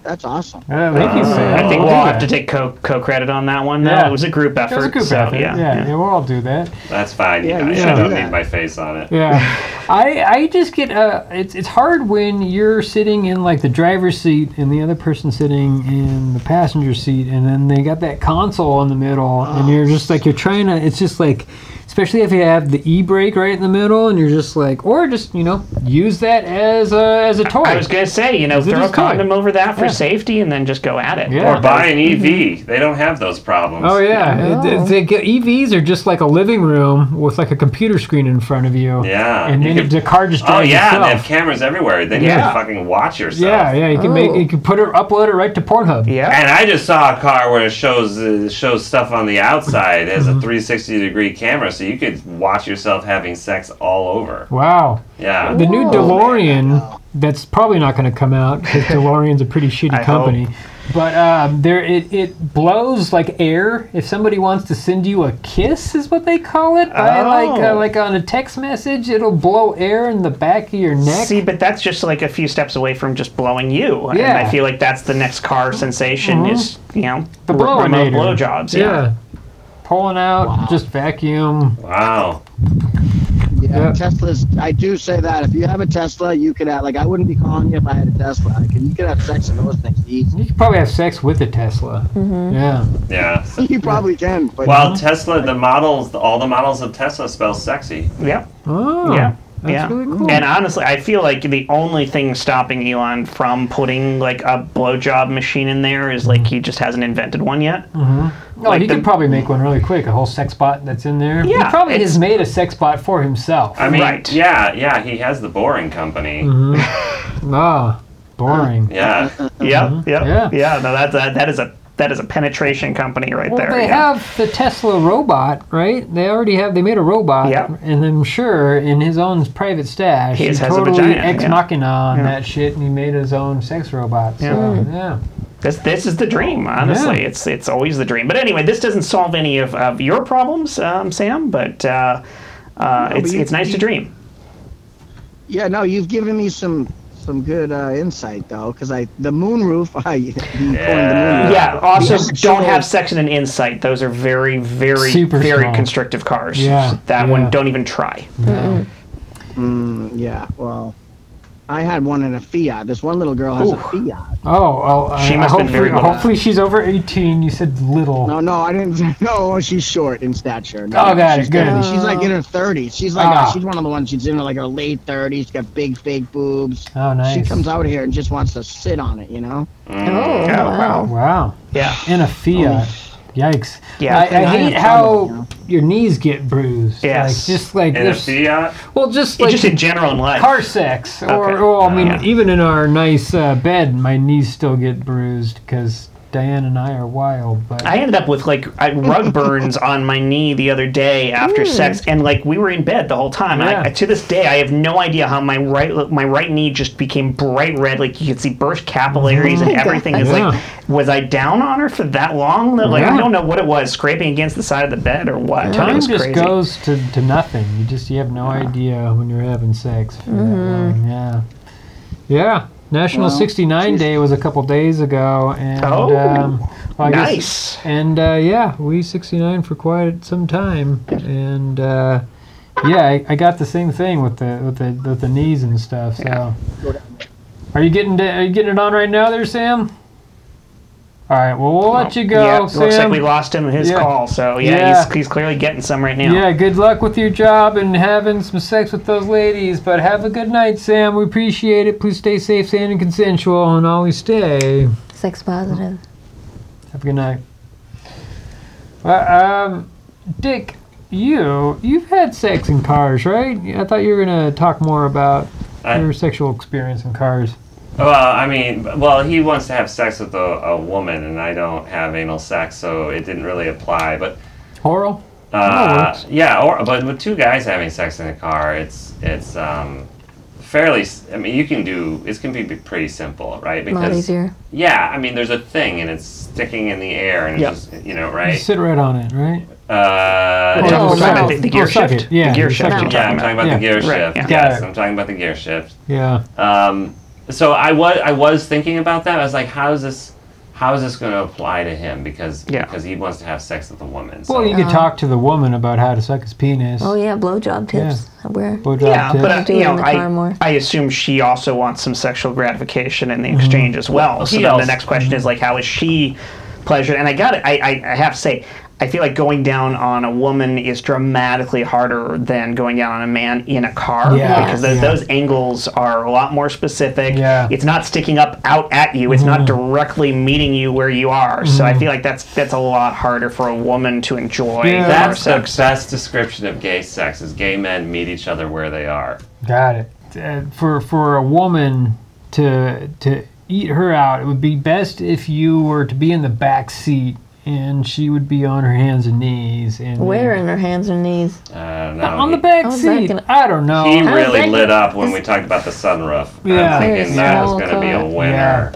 That's awesome.
Uh, thank you, Sam.
I think
I'll
we'll
do that.
have to take co co credit on that one. though.
Yeah.
it was a group effort.
That was a good
so,
effort.
Yeah,
Yeah, yeah, we'll all do that.
That's fine. Yeah,
Yeah, you
guys.
should
I don't
do
need
that.
my face on it.
Yeah, <laughs> I I just get uh, it's it's hard when you're sitting in like the driver's seat and the other person sitting in the passenger seat, and then they got that console in the middle, and you're just like you're trying to. It's just like, especially if you have the e brake right in the middle, and you're just like, or just you know use that as a as a toy.
I was gonna say, you know,
it
throw a
just toy?
condom over that for
Yeah.
safety, and then just go at it.
Yeah. Mm-hmm.
Or buy an EV. They don't have those problems.
Oh yeah, It- it- they get- EVs are just like a living room with like a computer screen in front of you.
Yeah.
and
You
then
could-
the car just
Oh
drives
yeah, and
itself.
they have cameras everywhere. Then you
Yeah.
can fucking watch yourself.
yeah, yeah, you can
Oh.
make you can put it upload it right to Pornhub.
Yeah.
And I just saw a car where it shows uh, shows stuff on the outside as
Mm-hmm.
a 360 degree camera, so you could watch yourself having sex all over.
Wow.
Yeah.
The new DeLorean, that's probably not going to come out
<laughs>
because DeLorean's a pretty
I
shitty
hope.
company. But um, there, it, it blows like air. If somebody wants to send you a kiss, is what they call it, by like uh,
Oh.
like on a text message, it'll blow air in the back of your neck.
See, but that's just like a few steps away from just blowing you.
Yeah. Mm-hmm.
And I feel like that's the next car sensation is, you know,
The
re- remote
blowinator.
blowjobs.
yeah.
Yeah.
pulling out, just vacuum.
Wow.
Yeah,
Yeah.
Tesla's. I do say that if you have a Tesla, you could have like I wouldn't be calling you if I had a Tesla. I could, you could have sex and those things
<laughs>
easy.
You could probably have sex with a Tesla. Yeah.
Yeah. So-
You probably can, but
Well, Tesla, the models, all the models of Tesla spell sexy.
Yeah.
Oh.
Yeah.
That's
yeah. Mm-hmm.
really cool.
And honestly, I feel like the only thing stopping Elon from putting like a blowjob machine in there is like he just hasn't invented one yet.
No,
like
he
the-
could probably make one really quick. A whole sex bot that's in there.
Yeah,
he probably
it's-
has made a sex bot for himself.
I mean,
Right.
yeah, yeah, he has the boring company.
ah, boring.
Yeah.
Yep, yep,
Yeah.
yeah, No, that's a, that is a that is a penetration company right
Well,
there.
they
yeah.
have the Tesla robot, right? They already have. They made a robot,
Yeah.
and I'm sure in his own private stash,
He has- has a
totally
vagina,
ex
yeah.
machina on that shit, and he made his own sex robot. So, yeah.
This this is the dream. Honestly,
Yeah.
it's it's always the dream. But anyway, this doesn't solve any of, of your problems, um, Sam. But uh, uh, it's
you-
it's nice to dream.
Yeah, no, you've given me some some good uh, insight though, because I the moon roof. <laughs> I you coined the moon roof.
Yeah. Also,
Yeah.
don't have sex in an insight. Those are very, very,
Super
very
small.
constrictive cars.
Yeah,
That
yeah.
one, don't even try.
Mm, Yeah, well, I had one in a Fiat. This one little girl has a Fiat.
Oh, well, I-
She
I
must've
hopefully,
been very little.
hopefully she's over 18. You said little.
No, no, I didn't. <laughs> No, she's short in stature. No,
Oh, God,
she's
good.
definitely- She's like in her thirties. She's like
Ah.
uh, she's one of the ones. She's in her, like her late thirties. She's got big fake boobs.
Oh,
She
nice.
comes out here and just wants to sit on it. You know.
Oh, wow.
Wow.
Yeah.
In a Fiat. Yikes.
Yeah.
I, I
I
hate
have
how
trouble, your
your knees get bruised.
Yes.
Like, just like
In a
this.
Fiat,
Well, just like
just in general in life.
car sex. Or,
Okay. Uh,
well, I mean,
Yeah.
even in our nice uh, bed, my knees still get bruised because Diane and I are wild. But
I ended up with like
<laughs>
I, rug burns on my knee the other day after sex, and like we were in bed the whole time. And I-
Hmm. Yeah.
I, to this day, I have no idea how my right my right knee just became bright red, like you could see burst
Oh
capillaries and everything. Is
Yeah.
like, was I down on her for that long? That, Like
Yeah.
I don't know what it was, scraping against the side of the bed or what. but it
time
was
just
crazy.
goes to, to nothing. You just you have no idea when you're having sex. For that long. Yeah, yeah. National '69 Day was a couple days ago, and
Oh,
um, well, I guess-
nice.
and uh, yeah, we '69 for quite some time, and uh, yeah, I, I got the same thing with the with the with the knees and stuff. So, are you getting to, are you getting it on right now, there, Sam? All right, well we'll let you go,
yeah,
Sam.
looks like we lost him in his
Yeah.
call. So yeah,
Yeah.
He's, he's clearly getting some right now.
Yeah, good luck with your job and having some sex with those ladies. But have a good night, Sam. We appreciate it. Please stay safe, sane, and consensual, and always stay.
Sex positive.
Have a good night. Well, um, Dick, you you've had sex in cars, right? I thought you were gonna talk more about
I-
your sexual experience in cars.
Well, I mean, well, he wants to have sex with a, a woman, and I don't have anal sex, so it didn't really apply. But
Oral.
uh,
works.
yeah, or but with two guys having sex in a car, it's it's um, fairly. s- I mean, you can do it can be pretty simple, right?
A lot easier.
yeah, I mean, there's a thing, and it's sticking in the air, and
Yep.
it's just you know,
You
right?
sit right on it, right?
Uh,
We're
Oh,
talking about
no.
the, the gear
Oh, suck
shift.
it. Yeah,
the gear
you
shift.
suck
you're
it.
yeah, I'm
talking
talking
about.
about
Yeah.
the gear
Right,
shift.
yeah.
Yes,
Got it.
I'm talking about the gear shift.
Yeah.
Uh,
Um, so I was I was thinking about that. I was like, how is this how is this going to apply to him because
Yeah.
because he wants to have sex with a woman. So
Well, you
uh,
could talk to the woman about how to suck his penis.
Oh, yeah, blowjob tips. Where?
blowjob
Yeah,
tips.
but uh,
Do it
you
in
know,
the car
I,
more.
I assume she also wants some sexual gratification in the exchange as well. So
he
then the
also-
next question is like, how is she pleasured? And I got it. I, I, I have to say, I feel like going down on a woman is dramatically harder than going down on a man in a car
Yeah,
because those,
yeah.
those angles are a lot more specific.
Yeah.
It's not sticking up out at you. It's not directly meeting you where you are. So I feel like that's that's a lot harder for a woman to enjoy
Yeah.
car
that's the
sex.
best description of gay sex is gay men meet each other where they are.
Got it. Uh, for for a woman to to eat her out, it would be best if you were to be in the back seat and she would be on her hands and knees and
Where in her hands and knees?
Uh, no,
on
he,
the back
How's that
seat.
gonna-
I don't know.
He
How's
really
that
lit
gonna-
up when we talked about the sunroof.
Yeah.
I'm thinking that is going to be a
Small
winner.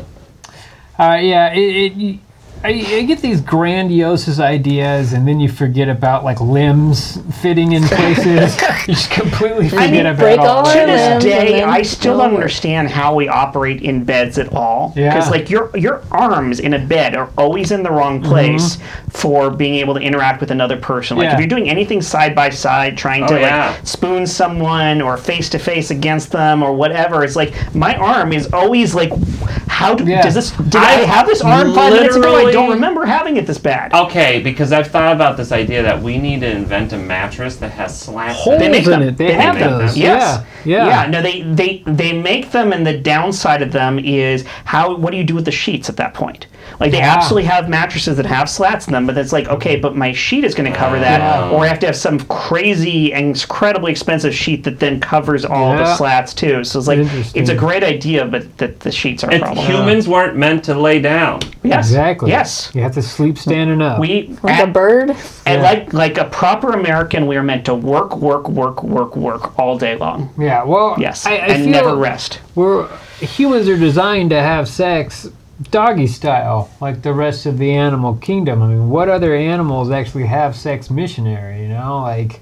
Uh, yeah, it. it I, I get these grandiose ideas, and then you forget about like limbs fitting in
<laughs>
places. you just completely forget about
break all
that.
our
to this
limbs and
day,
then
I still
go
don't
over.
understand how we operate in beds at all.
Yeah.
Because like your your arms in a bed are always in the wrong place for being able to interact with another person. Like
Yeah.
if you're doing anything side by side, trying to
Oh, yeah.
like spoon someone or face to face against them or whatever, it's like my arm is always like How do,
Yeah.
does this? Did I,
I
have this arm five minutes ago? I don't
literally-
remember having it this bad.
Okay, because I've thought about this idea that we need to invent a mattress that has slats.
Holes
in it.
make them.
in it. They,
They
have
make them.
those.
Yes.
Yeah. Yeah.
No, they, they they make them, and the downside of them is how. What do you do with the sheets at that point? Like they
Yeah.
absolutely have mattresses that have slats in them, but it's like okay, but my sheet is going to cover that, or I have to have some crazy and incredibly expensive sheet that then covers all
Yeah.
the slats too. So it's like
Interesting.
it's a great idea, but that the sheets are a
It's-
problem.
humans weren't meant to lay down.
Yes.
Exactly.
Yes.
You have to sleep standing up.
We
Ah.
Like a bird?
and like like a proper American, we are meant to work, work, work, work, work all day long.
yeah. Well.
Yes,
I, I
and
feel
never rest.
We're humans are designed to have sex doggy style, like the rest of the animal kingdom. I mean, what other animals actually have sex missionary? You know, like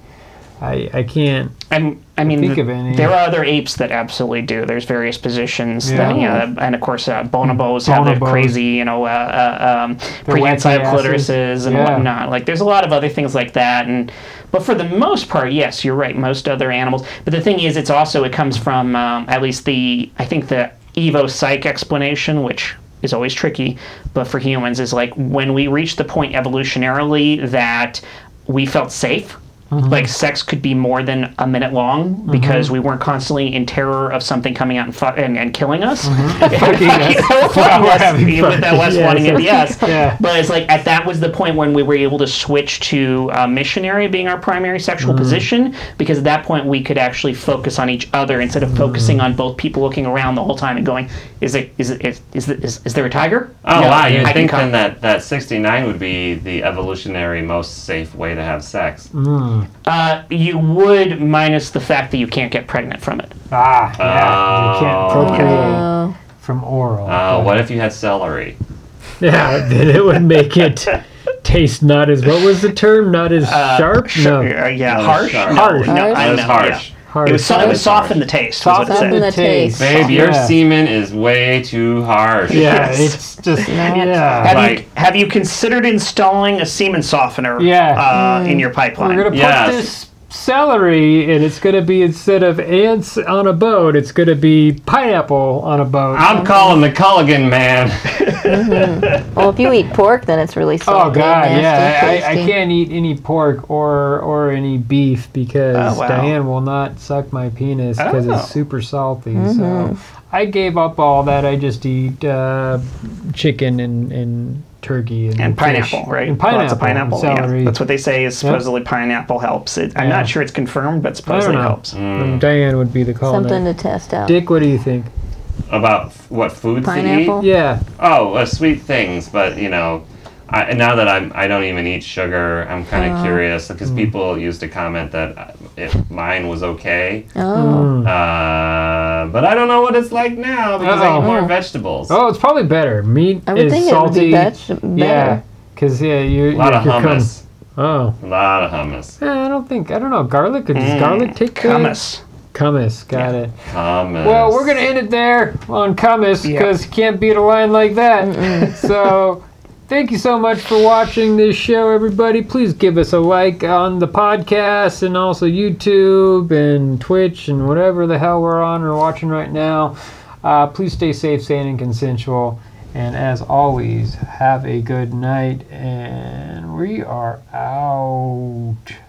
I I can't.
I'm, I mean,
think of any.
there are other apes that absolutely do. There's various positions that, you
Yeah.
know, and of course, uh, bonobos have the
Bonobos.
crazy, you know, uh, uh, um, prehensile
wacky asses.
clitorises and
Yeah.
whatnot. Like, there's a lot of other things like that. And but for the most part, yes, you're right. Most other animals. But the thing is, it's also it comes from um, at least the I think the evo psych explanation, which is always tricky, but for humans is like when we reach the point evolutionarily that we felt safe. Like sex could be more than a minute long because we weren't constantly in terror of something coming out and fu- and, and killing us.
While
Fucking
we're
us,
having fun.
With that West
Yes.
wanting it, yes.
<laughs> Yeah.
But it's like at that was the point when we were able to switch to uh, missionary being our primary
Mm.
sexual position because at that point we could actually focus on each other instead of focusing
Mm.
on both people looking around the whole time and going, is it is it is is, is, is there a tiger?
Oh
No,
wow! You'd
I can
think
come.
then that that 69 would be the evolutionary most safe way to have sex.
Mm-hmm. Uh, you would minus the fact that you can't get pregnant from it.
Ah, yeah. you can't
Oh.
procreate from oral.
Uh, what if you had celery?
Yeah, <laughs> then it would make <laughs> it taste not as what was the term? Not as sharp.
Sure,
no,
uh, yeah,
No,
harsh.
sharp.
No,
Harsh.
No,
Harsh?
I know,
That was harsh.
yeah.
Harsh.
It was, so, it was soft in the taste. Is what it
Soften
Soften the
said.
taste.
Babe, your
Yeah.
semen is way too harsh.
Yeah,
Yes.
it's just
Have,
yeah.
you,
Like-
have you considered installing a semen softener
Yeah.
uh, in your
We're
pipeline?
gonna put
Yes.
this celery, and it's gonna be instead of ants on a boat, it's gonna be pineapple on a boat.
I'm calling the Culligan man. <laughs>
Well, if you eat pork, then it's really salty.
Oh God,
nasty,
yeah, I, I, I
tasty.
can't eat any pork or or any beef because
Oh, wow.
Diane will not suck my penis because
Oh.
it's super salty.
Mm-hmm.
So I gave up all that. I just eat uh, chicken and, and turkey and,
and
fish.
pineapple, right?
And pineapple,
Lots of pineapple.
and
yeah.
celery.
That's what they say is supposedly pineapple helps. It, I'm
Yeah.
not sure it's confirmed, but supposedly
know.
helps.
Mm, Diane would be the call. on
Something
that.
to test out.
Dick, what do you think?
About f- what foods
Pineapple?
to eat?
Yeah,
Oh, uh, sweet things, but you know. I, now that I'm, I don't even eat sugar, I'm kind of curious
Mm.
because people used to comment that uh, it, mine was okay.
Oh.
Mm,
Uh, but I don't know what it's like now because I
Uh-oh.
eat more vegetables.
Oh, it's probably better. Meat
I would
is
think it would
salty.
be veg-
Yeah,
better.
because yeah, you
a lot
yeah,
of
you're com-
hummus.
Oh,
A lot of hummus.
Eh, I don't think I don't know garlic. Or does garlic take the-
Mm. Hummus.
Cummis, got it.
Hummus.
Well, we're gonna end it there on Cummis
Yeah.
because you can't beat a line like that. <laughs> so, thank you so much for watching this show, everybody. Please give us a like on the podcast and also YouTube and Twitch and whatever the hell we're on or watching right now. Uh, please stay safe, sane, and consensual. And as always, have a good night. And we are out.